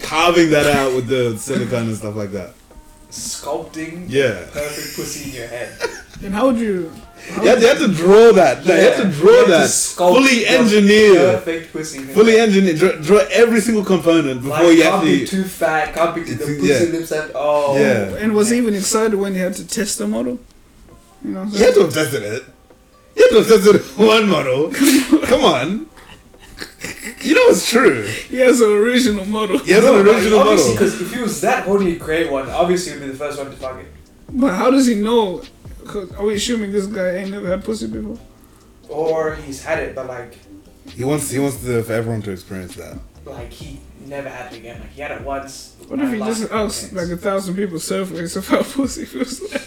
Speaker 2: Carving that out with the silicone and stuff like that.
Speaker 3: Sculpting
Speaker 2: Yeah.
Speaker 3: perfect pussy in your head.
Speaker 1: And how would you? how
Speaker 2: You have,
Speaker 1: would
Speaker 2: you have to draw that. Like, You have to draw
Speaker 3: You have to
Speaker 2: that.
Speaker 3: sculpt
Speaker 2: fully
Speaker 3: your
Speaker 2: engineer.
Speaker 3: Perfect pussy. in your
Speaker 2: Fully
Speaker 3: head.
Speaker 2: engineer. Draw, draw every single component before
Speaker 3: like,
Speaker 2: you
Speaker 3: can't be
Speaker 2: actually.
Speaker 3: too fat, can't be the
Speaker 2: It's-
Speaker 3: pussy
Speaker 2: yeah.
Speaker 3: lips and oh.
Speaker 2: Yeah.
Speaker 1: and was even excited when he had to test the model. You know what I'm
Speaker 2: You
Speaker 1: saying?
Speaker 2: have to have tested it. You have to have tested one model. Come on. You know it's true.
Speaker 1: He has an original model.
Speaker 2: You have an original model.
Speaker 3: obviously, because if he was that horny to create one, obviously he'd be the first one to fuck it.
Speaker 1: But how does he know? 'Cause are we assuming this guy ain't never had pussy before?
Speaker 3: Or he's had it, but like,
Speaker 2: He wants he wants the, for everyone to experience that.
Speaker 3: like he never had it again. Like he had it once.
Speaker 1: What if
Speaker 3: I
Speaker 1: he
Speaker 3: liked
Speaker 1: just
Speaker 3: it
Speaker 1: asked
Speaker 3: once.
Speaker 1: like a thousand people surveys of how pussy feels like?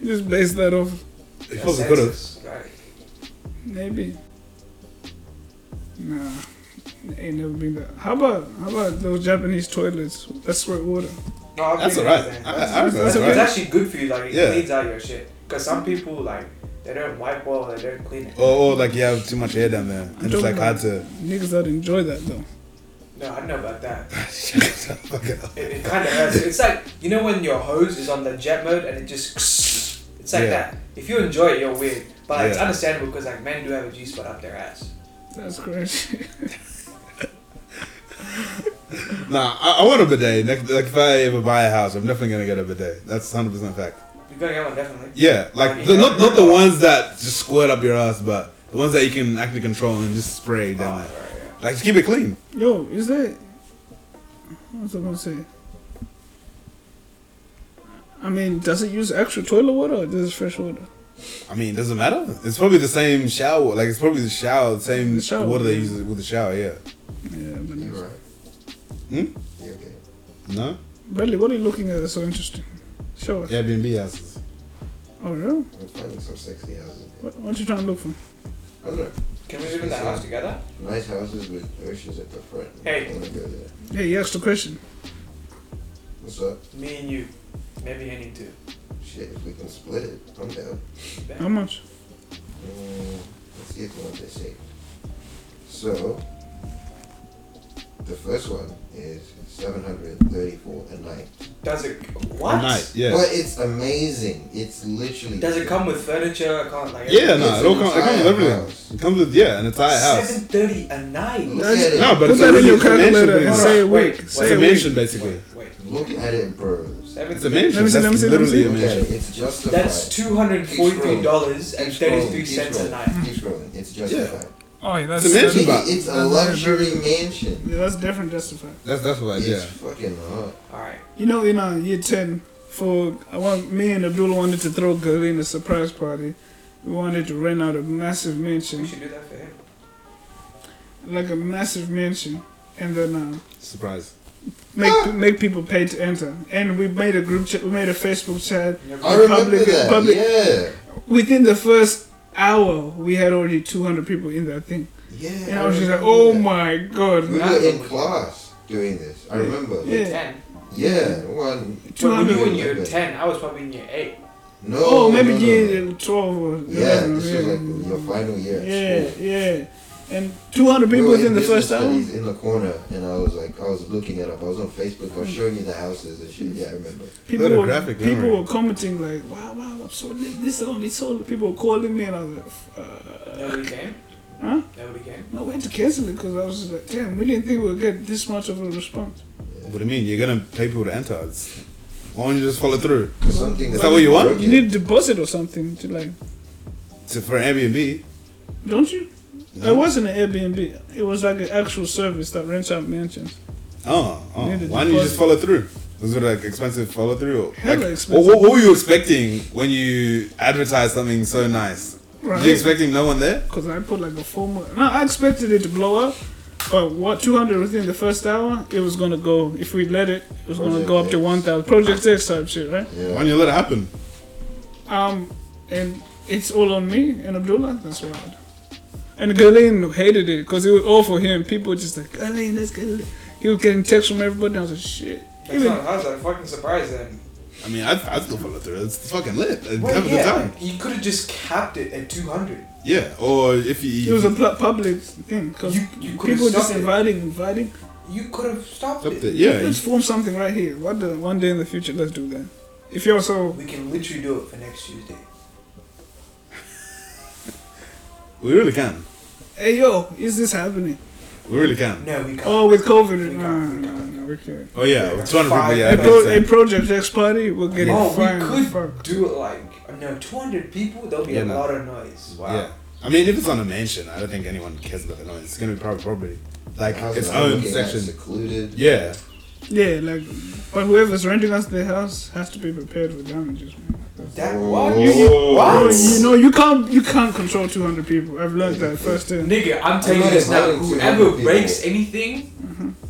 Speaker 1: He just based that off
Speaker 2: He
Speaker 3: A
Speaker 2: probably could have.
Speaker 3: census, right?
Speaker 1: Maybe. Nah, ain't never been that. How about how about those Japanese toilets that squirt water?
Speaker 3: No, I've
Speaker 2: That's
Speaker 3: been
Speaker 2: alright.
Speaker 3: there.
Speaker 2: I, I reckon that's
Speaker 3: It's
Speaker 2: alright.
Speaker 3: actually good for you. Like it
Speaker 2: Yeah.
Speaker 3: cleans out your shit. Cause some people like they don't wipe well, they don't clean it.
Speaker 2: Or, or like you have too much hair down there, and it's like hard to.
Speaker 1: Niggas that enjoy that though.
Speaker 3: No, I don't know about that.
Speaker 2: Fuck it up.
Speaker 3: It, it kind of hurts. It's like you know when your hose is on the jet mode and it just. It's like
Speaker 2: Yeah.
Speaker 3: that. If you enjoy it, you're weird. But like, it's
Speaker 2: Yeah.
Speaker 3: understandable because like men do have a G spot up their ass.
Speaker 1: That's crazy.
Speaker 2: Nah, I, I want a bidet. Like, like if I ever buy a house, I'm definitely gonna get a bidet. That's hundred percent fact.
Speaker 3: You're gonna get one definitely.
Speaker 2: Yeah, like the, not not the ones that just squirt up your ass, but the ones that you can actually control and just spray
Speaker 3: Oh,
Speaker 2: down
Speaker 3: right,
Speaker 2: there.
Speaker 3: right, yeah.
Speaker 2: Like just keep it clean.
Speaker 1: Yo, is that? What was I gonna say? I mean, does it use actual toilet water or does it fresh water?
Speaker 2: I mean, it doesn't matter. It's probably the same shower. Like it's probably the shower, the same
Speaker 1: The shower,
Speaker 2: water they
Speaker 1: yeah.
Speaker 2: use with the shower. Yeah.
Speaker 1: Yeah, but
Speaker 5: You're
Speaker 1: it's-
Speaker 5: right.
Speaker 2: Hmm?
Speaker 5: You okay?
Speaker 2: No.
Speaker 1: Bradley, what are you looking at? That's so interesting. Sure.
Speaker 2: Airbnb houses.
Speaker 1: Oh, really?
Speaker 5: I'm finding some sexy houses.
Speaker 1: What, what you trying to look for?
Speaker 5: I don't know.
Speaker 3: Can we live in that house together?
Speaker 5: Nice houses with oceans at the front.
Speaker 3: Hey.
Speaker 5: I wanna go there.
Speaker 1: Hey, you asked a question.
Speaker 5: What's up?
Speaker 3: Me and you. Maybe I need to.
Speaker 5: Shit, if we can split it, I'm down.
Speaker 1: How much?
Speaker 5: Mm, let's get to what they say. So, the first one is 734 a night.
Speaker 3: Does it what?
Speaker 2: Night. Yeah.
Speaker 5: But it's amazing. It's literally.
Speaker 3: Does it come with furniture? I can't like
Speaker 2: Yeah.
Speaker 5: It's
Speaker 2: No.
Speaker 5: an
Speaker 2: It all comes. It comes with
Speaker 5: entire
Speaker 2: everything.
Speaker 5: house.
Speaker 2: It comes with yeah, an entire house.
Speaker 3: Seven thirty a night.
Speaker 5: Look at it.
Speaker 2: No, but
Speaker 1: Put
Speaker 2: it's
Speaker 1: that in
Speaker 2: already
Speaker 1: your
Speaker 2: a mansion.
Speaker 1: calculator
Speaker 2: pretty
Speaker 1: and
Speaker 2: much.
Speaker 1: say a
Speaker 3: Wait,
Speaker 1: week.
Speaker 3: wait,
Speaker 2: It's
Speaker 1: Say
Speaker 2: a
Speaker 1: a week.
Speaker 2: mansion basically.
Speaker 3: Wait,
Speaker 5: Look at it in prose.
Speaker 2: It's a mansion.
Speaker 1: see,
Speaker 2: That's
Speaker 1: let me see, let me
Speaker 2: literally
Speaker 1: see.
Speaker 2: a
Speaker 5: Look at
Speaker 2: mansion.
Speaker 5: it. It's justified.
Speaker 3: That's two hundred forty-three dollars and
Speaker 5: Keep scrolling,
Speaker 3: thirty-three
Speaker 5: keep
Speaker 3: cents a
Speaker 5: scrolling,
Speaker 3: night.
Speaker 5: Keep scrolling. It's justified.
Speaker 1: Oh, yeah, that's
Speaker 2: It's a mansion.
Speaker 1: that's,
Speaker 2: Justified.
Speaker 5: It's a luxury mansion.
Speaker 1: yeah, that's different justified.
Speaker 2: That's that's what. I, yeah.
Speaker 5: It's fucking hot.
Speaker 3: All right.
Speaker 1: You know, you know, year ten. For I want me and Abdullah wanted to throw Galen a surprise party. We wanted to rent out a massive
Speaker 3: We
Speaker 1: mansion,
Speaker 3: should do that for him.
Speaker 1: like a massive mansion, and then uh,
Speaker 2: Surprise.
Speaker 1: make
Speaker 5: Ah!
Speaker 1: make people pay to enter. And we made a group chat. We made a Facebook chat.
Speaker 3: Never
Speaker 5: I remember
Speaker 1: Public-
Speaker 5: that.
Speaker 1: public-
Speaker 5: Yeah.
Speaker 1: Within the first hour, we had already 200 people in that thing.
Speaker 5: Yeah.
Speaker 1: And I was just like,
Speaker 5: remember
Speaker 1: oh
Speaker 5: that.
Speaker 1: my god.
Speaker 5: We were in class doing this. I remember.
Speaker 1: Yeah.
Speaker 3: ten.
Speaker 5: Yeah. One.
Speaker 3: When when
Speaker 1: 200.
Speaker 3: you were in
Speaker 5: Yeah.
Speaker 3: year ten, I was probably in year eight.
Speaker 5: No.
Speaker 1: Oh, maybe
Speaker 5: no, no,
Speaker 1: year
Speaker 5: no.
Speaker 1: 12 or
Speaker 5: Yeah.
Speaker 1: 11.
Speaker 5: This was like your final year. at
Speaker 1: yeah,
Speaker 5: school.
Speaker 1: yeah. And 200
Speaker 5: We
Speaker 1: people
Speaker 5: were
Speaker 1: within the
Speaker 5: business
Speaker 1: first hour.
Speaker 5: studies In the corner, and I was like, I was looking it up. I was on Facebook. I was showing you the houses and shit. Yeah, I remember.
Speaker 1: People
Speaker 2: Little
Speaker 1: were,
Speaker 2: graphic
Speaker 1: people
Speaker 2: memory.
Speaker 1: were commenting like, wow, wow, I'm so lit. This is only sold. People were calling me and I was like, uh,
Speaker 3: Nobody came.
Speaker 1: huh?
Speaker 3: Nobody came.
Speaker 1: No, we had to cancel it because I was just like, damn, we didn't think we would get this much of a response.
Speaker 2: What do you mean? You're gonna pay people to enter? It's, why don't you just follow through?
Speaker 5: Something
Speaker 2: Is that what you want?
Speaker 5: broken.
Speaker 1: You need a deposit or something to like,
Speaker 2: So for Airbnb.
Speaker 1: don't you?
Speaker 2: No?
Speaker 1: It wasn't an Airbnb. It was like an actual service that rents out mansions.
Speaker 2: Oh, oh.
Speaker 1: You need to
Speaker 2: why don't you just
Speaker 1: deposit.
Speaker 2: follow through? Was it like expensive follow through?
Speaker 1: Hella
Speaker 2: like,
Speaker 1: expensive.
Speaker 2: What, what were you expecting when you advertised something so nice? Were you
Speaker 1: Right.
Speaker 2: expecting no one there?
Speaker 1: Because I put like a four month. No, I expected it to blow up. But what 200 within the first hour, it was gonna go. If we let it, it was gonna
Speaker 5: Project
Speaker 1: go up to
Speaker 5: X.
Speaker 1: 1,000. Project X type shit, right?
Speaker 5: Yeah.
Speaker 2: Why don't you let it happen?
Speaker 1: Um, and it's all on me and Abdullah. That's wild. And Galen hated it because it was all for him. People were just like Galen, let's get. it." He was getting texts from everybody. And I was like, shit.
Speaker 3: That's
Speaker 1: Even
Speaker 3: not, how's that a fucking surprise then?
Speaker 2: I mean, I'd, I'd still follow through. It's fucking lit. I'd
Speaker 3: Well,
Speaker 2: have a good time.
Speaker 3: You could have just capped it at 200.
Speaker 2: Yeah. Or if you.
Speaker 1: it was a pl- public thing because
Speaker 3: You- you could've
Speaker 1: people were just
Speaker 3: stopped it.
Speaker 1: inviting, inviting.
Speaker 3: You could have stopped
Speaker 2: Up
Speaker 3: it.
Speaker 2: there. Yeah.
Speaker 1: Let's form something right here. What the, one day in the future, let's do that. If you're so
Speaker 3: We can literally do it for next Tuesday.
Speaker 2: We really can.
Speaker 1: hey yo, is this happening?
Speaker 2: We really can.
Speaker 3: No, we can't.
Speaker 1: Oh, with COVID,
Speaker 3: We
Speaker 1: no,
Speaker 3: can't, we
Speaker 1: no,
Speaker 3: can't.
Speaker 1: no, we can't.
Speaker 2: Oh yeah,
Speaker 3: Yeah.
Speaker 2: with 200 people.
Speaker 3: Five.
Speaker 2: Yeah.
Speaker 1: A,
Speaker 2: it
Speaker 3: Hey,
Speaker 1: pro-
Speaker 2: makes
Speaker 1: a
Speaker 2: sense.
Speaker 1: project X party, we're getting
Speaker 3: Oh,
Speaker 1: fined.
Speaker 3: we could
Speaker 1: Fuck.
Speaker 3: do it like no 200 people. There'll be a
Speaker 2: Yeah, no.
Speaker 3: lot of noise. Wow.
Speaker 2: Yeah. I mean, if it's on a mansion, I don't think anyone cares about the noise. It's gonna be private property, like
Speaker 5: Houses
Speaker 2: its
Speaker 5: are
Speaker 2: own
Speaker 5: looking at
Speaker 2: section.
Speaker 5: Secluded.
Speaker 2: Yeah.
Speaker 1: Yeah, like, but whoever's renting us the house has to be prepared for damages. Man.
Speaker 3: That
Speaker 5: Whoa.
Speaker 3: what?
Speaker 5: You-
Speaker 2: you-
Speaker 3: what?
Speaker 1: Oh, you know, you can't, you can't control 200 people. I've learned that first day.
Speaker 3: Nigga, I'm telling you
Speaker 5: not
Speaker 3: this now.
Speaker 5: inviting 200
Speaker 3: Whoever
Speaker 5: people.
Speaker 3: breaks anything,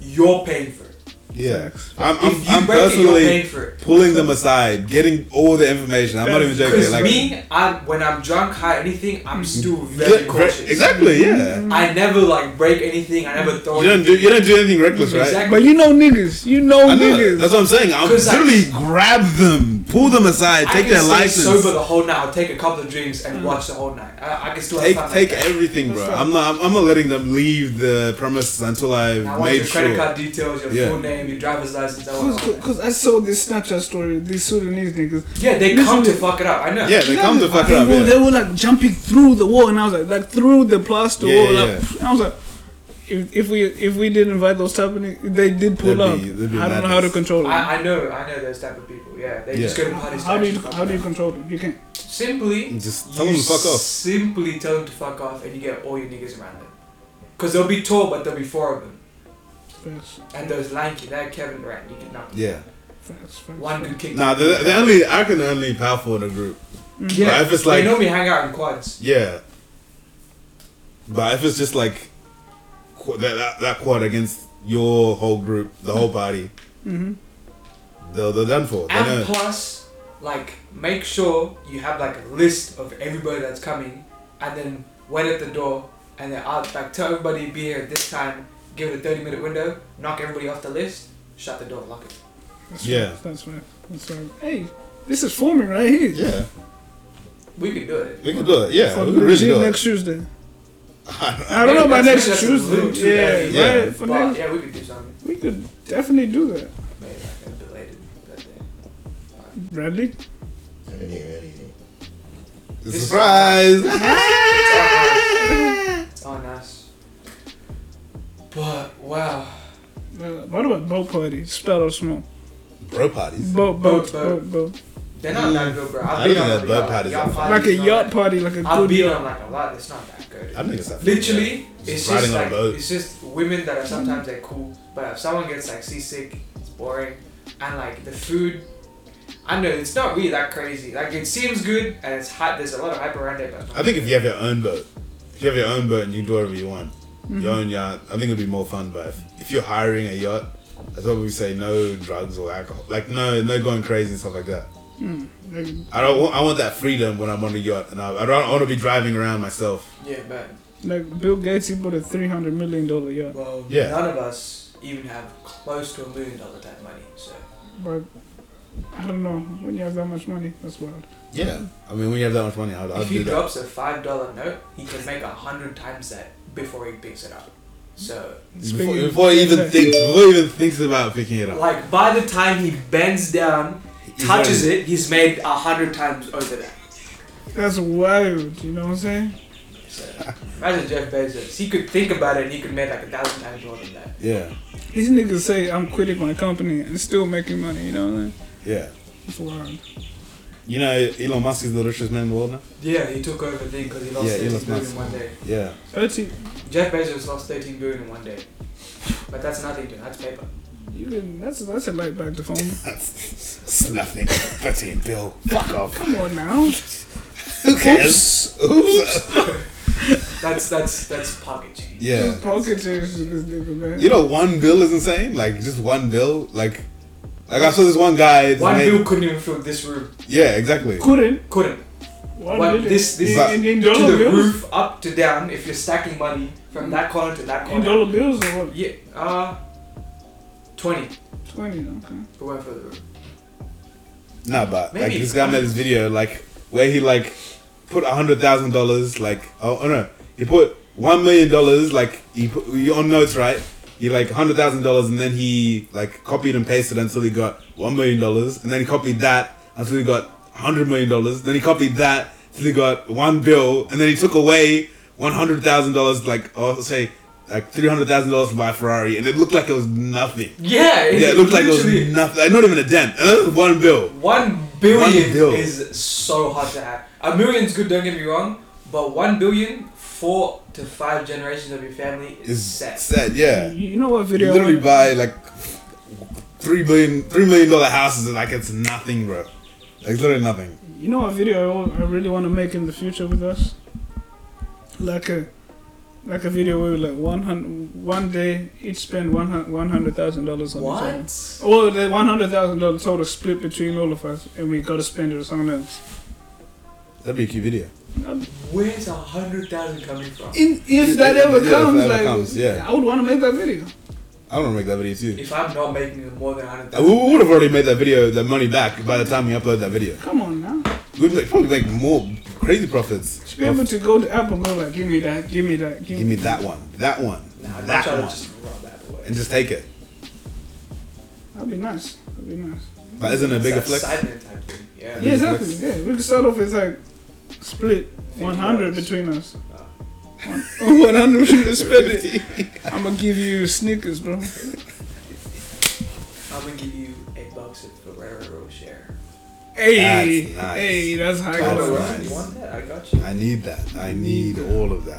Speaker 3: you're paying for it.
Speaker 2: Yeah.
Speaker 1: Facts.
Speaker 2: I'm,
Speaker 3: If
Speaker 2: I'm,
Speaker 3: you
Speaker 2: I'm
Speaker 3: break it, you're
Speaker 2: personally
Speaker 3: paying for it.
Speaker 2: pulling them aside, getting all the information. I'm not even joking.
Speaker 3: Because
Speaker 2: Like,
Speaker 3: me, I when I'm drunk, high, anything, I'm still very
Speaker 2: get-
Speaker 3: cautious.
Speaker 2: exactly. Yeah.
Speaker 3: I never like break anything. I never throw
Speaker 2: You don't do you don't do anything reckless, right?
Speaker 3: Exactly.
Speaker 1: But you know niggas, you know
Speaker 2: I know,
Speaker 1: niggas.
Speaker 2: That's what I'm saying. I'll
Speaker 3: 'Cause I-
Speaker 2: literally grab them, pull them aside,
Speaker 3: I
Speaker 2: take
Speaker 3: can
Speaker 2: their
Speaker 3: stay
Speaker 2: license,
Speaker 3: sober the whole night. I'll take a couple of drinks and watch the whole night. I, I can still
Speaker 2: take
Speaker 3: have fun
Speaker 2: take
Speaker 3: like that.
Speaker 2: everything, bro.
Speaker 1: That's right.
Speaker 2: I'm not I'm, I'm not letting them leave the premises until I've
Speaker 3: I want
Speaker 2: made
Speaker 3: your credit
Speaker 2: sure.
Speaker 3: card details, your
Speaker 2: Yeah.
Speaker 3: full name, your driver's license. I want all that.
Speaker 1: Because I saw this Snapchat story, these Sudanese niggas.
Speaker 3: Yeah, they come to
Speaker 1: Literally.
Speaker 3: fuck it up. I know.
Speaker 2: Yeah, they come to fuck it
Speaker 1: they
Speaker 2: up.
Speaker 1: Were,
Speaker 2: Yeah.
Speaker 1: They were like jumping through the wall, and I was like, like through the plaster
Speaker 2: Yeah,
Speaker 1: wall.
Speaker 2: yeah,
Speaker 1: like, I was like, if, if we if we did invite those type of niggas, they did pull
Speaker 2: That'd be-
Speaker 1: up.
Speaker 2: that'd be
Speaker 1: I don't know how to
Speaker 2: madness.
Speaker 1: control them.
Speaker 3: I, I know, I know those type of people. Yeah, they just
Speaker 2: Yeah.
Speaker 3: go to parties. to
Speaker 1: How do you
Speaker 3: actually fuck
Speaker 1: how do
Speaker 3: it
Speaker 1: you
Speaker 3: up.
Speaker 1: control them? You can't.
Speaker 3: Simply
Speaker 2: Just tell them to fuck off.
Speaker 3: Simply tell them to fuck off, and you get all your niggas around them. Cause they'll be tall, but there'll be four of them,
Speaker 1: Facts,
Speaker 3: and those lanky, that Kevin Durant, you can knock.
Speaker 2: Yeah.
Speaker 1: facts, facts.
Speaker 3: One good kick.
Speaker 2: Nah, the, the only I can only power forward in a group.
Speaker 3: yeah.
Speaker 2: But if it's
Speaker 3: they
Speaker 2: like
Speaker 3: normally hang out in quads.
Speaker 2: yeah, but if it's just like qu- that that, that quad against your whole group, the whole party,
Speaker 1: Mm-hmm.
Speaker 2: they're, they're done for. They
Speaker 3: And
Speaker 2: know.
Speaker 3: plus, like, make sure you have like a list of everybody that's coming, and then wait at the door, and then out back. Tell everybody be here at this time. Give it a thirty minute window. Knock everybody off the list. Shut the door. Lock it.
Speaker 1: That's
Speaker 2: Yeah.
Speaker 1: Right, that's right. That's right. Hey, this is forming right here.
Speaker 2: Yeah,
Speaker 3: We can do it.
Speaker 2: we can do it. Yeah,
Speaker 1: For
Speaker 2: we can really
Speaker 1: legit
Speaker 2: do
Speaker 1: next
Speaker 2: it.
Speaker 1: Tuesday. I don't know
Speaker 3: Maybe
Speaker 1: about
Speaker 3: that's-
Speaker 1: next
Speaker 3: that's a little too
Speaker 1: Tuesday.
Speaker 3: early,
Speaker 1: Yeah,
Speaker 2: Yeah.
Speaker 1: right. For
Speaker 3: But
Speaker 1: next-
Speaker 3: yeah, we could do something.
Speaker 1: we could definitely do that.
Speaker 3: Maybe I can delay it that day.
Speaker 1: Bradley,
Speaker 5: I didn't hear anything.
Speaker 2: Surprise!
Speaker 3: It's on us. But wow,
Speaker 1: uh, what about boat party? Start off small.
Speaker 2: Bro parties.
Speaker 1: Boat, boat,
Speaker 3: Boat,
Speaker 1: boat,
Speaker 3: boat.
Speaker 1: boat.
Speaker 3: They're not that good, bro.
Speaker 2: Mm. I
Speaker 3: I've been
Speaker 2: don't
Speaker 3: on
Speaker 2: think that
Speaker 3: like yacht,
Speaker 2: bird patterns
Speaker 3: yacht
Speaker 2: are
Speaker 3: parties,
Speaker 1: Like a
Speaker 3: not-
Speaker 1: yacht party, like a
Speaker 3: I've
Speaker 1: good
Speaker 3: been
Speaker 1: yacht.
Speaker 3: on like a lot. It's not that good.
Speaker 2: I think it's that.
Speaker 3: Literally, it's
Speaker 2: Just
Speaker 3: just
Speaker 2: riding on a
Speaker 3: like
Speaker 2: boat.
Speaker 3: it's just women that are sometimes they're cool, but if someone gets like seasick, it's boring, and like the food. I know it's not really that crazy. Like it seems good and it's hype. There's a lot of hype around it, but it's not
Speaker 2: I think if you have your own boat, if you have your own boat and you do whatever you want, your own yacht, I think it'd be more fun. But if, if you're hiring a yacht, that's what we say: no drugs or alcohol, like no, no going crazy and stuff like that.
Speaker 1: Hmm. Like,
Speaker 2: I don't. Want, I want that freedom when I'm on the yacht, and I, I don't want to be driving around myself.
Speaker 3: yeah, but
Speaker 1: like Bill Gates, he bought a three hundred million dollar yacht.
Speaker 3: well,
Speaker 2: Yeah.
Speaker 3: none of us even have close to a million dollar type money. So
Speaker 1: But I don't know when you have that much money, that's wild.
Speaker 2: Yeah, I mean, when you have that much money, I'd, I'd
Speaker 3: if he
Speaker 2: do that.
Speaker 3: drops a five dollar note, he can make a hundred times that before he picks it up. So
Speaker 2: Before,
Speaker 1: Speaking-
Speaker 2: before he even thinks, before he even thinks about picking it up,
Speaker 3: like by the time he bends down,
Speaker 2: He's
Speaker 3: touches
Speaker 2: already-
Speaker 3: it, he's made a hundred times over that.
Speaker 1: That's wild. You know what I'm saying?
Speaker 3: So, imagine Jeff Bezos. He could think about it and he could make like a thousand times more than that.
Speaker 2: Yeah,
Speaker 1: These niggas say I'm quitting my company and still making money. You know what I'm saying?
Speaker 2: yeah.
Speaker 1: That's wild.
Speaker 2: You know, Elon Musk is the richest man in the world now.
Speaker 3: Yeah, he took over the thing because he lost
Speaker 2: Yeah,
Speaker 3: 13
Speaker 2: Elon
Speaker 3: billion
Speaker 2: Musk.
Speaker 3: in one day.
Speaker 2: Yeah,
Speaker 1: Thirty.
Speaker 3: Jeff Bezos lost 13 billion in one day. But that's nothing to That's paper.
Speaker 1: You can. That's that's a light back to phone.
Speaker 2: that's, that's nothing. Thirteen bill. Fuck off.
Speaker 1: Come on now.
Speaker 2: Who cares? Oops.
Speaker 3: That's that's that's pocket change.
Speaker 2: Yeah.
Speaker 1: Pocket change to this nigga, man.
Speaker 2: You know, one bill is insane. Like just one bill. Like, like I saw this one guy.
Speaker 3: One
Speaker 2: made-
Speaker 3: bill couldn't even fill this room.
Speaker 2: Yeah, exactly.
Speaker 1: couldn't.
Speaker 3: Couldn't.
Speaker 1: One
Speaker 3: Well,
Speaker 1: million.
Speaker 3: this- this-
Speaker 1: in, in, in
Speaker 3: To
Speaker 1: dollar
Speaker 3: the
Speaker 1: bills.
Speaker 3: roof, up to down. If you're stacking money from that corner to that
Speaker 1: In
Speaker 3: corner.
Speaker 1: dollar bills or what?
Speaker 3: Yeah. Uh, 20.
Speaker 1: Twenty. Okay.
Speaker 3: It went for the room.
Speaker 2: Nah, but like
Speaker 3: Maybe.
Speaker 2: this guy made this video like where he like put a hundred thousand dollars like oh, oh no he put one million dollars like he put you on notes right he like hundred thousand dollars and then he like copied and pasted until he got one million dollars and then he copied that until he got hundred million dollars then he copied that until he got one bill and then he took away one hundred thousand dollars like oh say like three hundred thousand dollars to buy a Ferrari and it looked like it was nothing
Speaker 3: Yeah.
Speaker 2: yeah it looked like it was
Speaker 3: literally-
Speaker 2: nothing like, not even a dent and that was one bill.
Speaker 3: One billion
Speaker 2: One bill.
Speaker 3: is so hard to have. A million's good, don't get me wrong, but one billion, four to five generations of your family is,
Speaker 2: is
Speaker 3: set.
Speaker 2: set. Yeah,
Speaker 1: You you know what video?
Speaker 2: you
Speaker 1: I
Speaker 2: literally
Speaker 1: watched?
Speaker 2: buy like three billion, three million dollar houses and like it's nothing, bro. Like it's literally nothing.
Speaker 1: You know what video I, wa- I really want to make in the future with us? Like a like a video where we like one hun- one day each spend one hun- one hundred thousand dollars on each other.
Speaker 3: What?
Speaker 1: Or the one hundred thousand dollar total split between all of us, and we gotta spend it on something else.
Speaker 2: That'd be a cute video.
Speaker 3: Where's a hundred thousand coming from?
Speaker 1: In,
Speaker 2: Yeah,
Speaker 1: if that
Speaker 2: yeah,
Speaker 1: ever
Speaker 2: if that
Speaker 1: comes,
Speaker 2: ever
Speaker 1: like
Speaker 2: comes, yeah.
Speaker 1: I would want to make that video.
Speaker 2: I want to make that video too.
Speaker 3: If I'm not making more than a hundred
Speaker 2: Uh,
Speaker 3: thousand,
Speaker 2: We would have already made that video, that money back by the time we upload that video.
Speaker 1: Come on now,
Speaker 2: We'd like, probably make more crazy profits.
Speaker 1: should be able to go to Apple and go like, give me that, give me that, give,
Speaker 2: Give me that one, that one,
Speaker 3: nah, I'm not
Speaker 2: that
Speaker 3: trying
Speaker 2: one,
Speaker 3: to just run that
Speaker 2: and
Speaker 3: away.
Speaker 2: just take it.
Speaker 1: That'd be nice. That'd be nice.
Speaker 2: But isn't it a
Speaker 3: It's
Speaker 2: bigger
Speaker 3: a
Speaker 2: flex?
Speaker 3: Sidemen type thing. Yeah.
Speaker 1: Yeah,
Speaker 2: it's
Speaker 1: exactly.
Speaker 2: nice.
Speaker 1: Yeah, we could start off as like split one hundred
Speaker 3: dollars.
Speaker 1: between us.
Speaker 3: Ah.
Speaker 1: One hundred split it. I'm gonna give you Snickers, bro.
Speaker 3: I'm gonna give you eight bucks at Ferrero share.
Speaker 1: Hey,
Speaker 2: That's nice.
Speaker 1: hey, that's high
Speaker 2: That's
Speaker 3: Oh,
Speaker 1: quality.
Speaker 2: nice.
Speaker 3: You want that? I got you.
Speaker 2: I need that. I need all of that.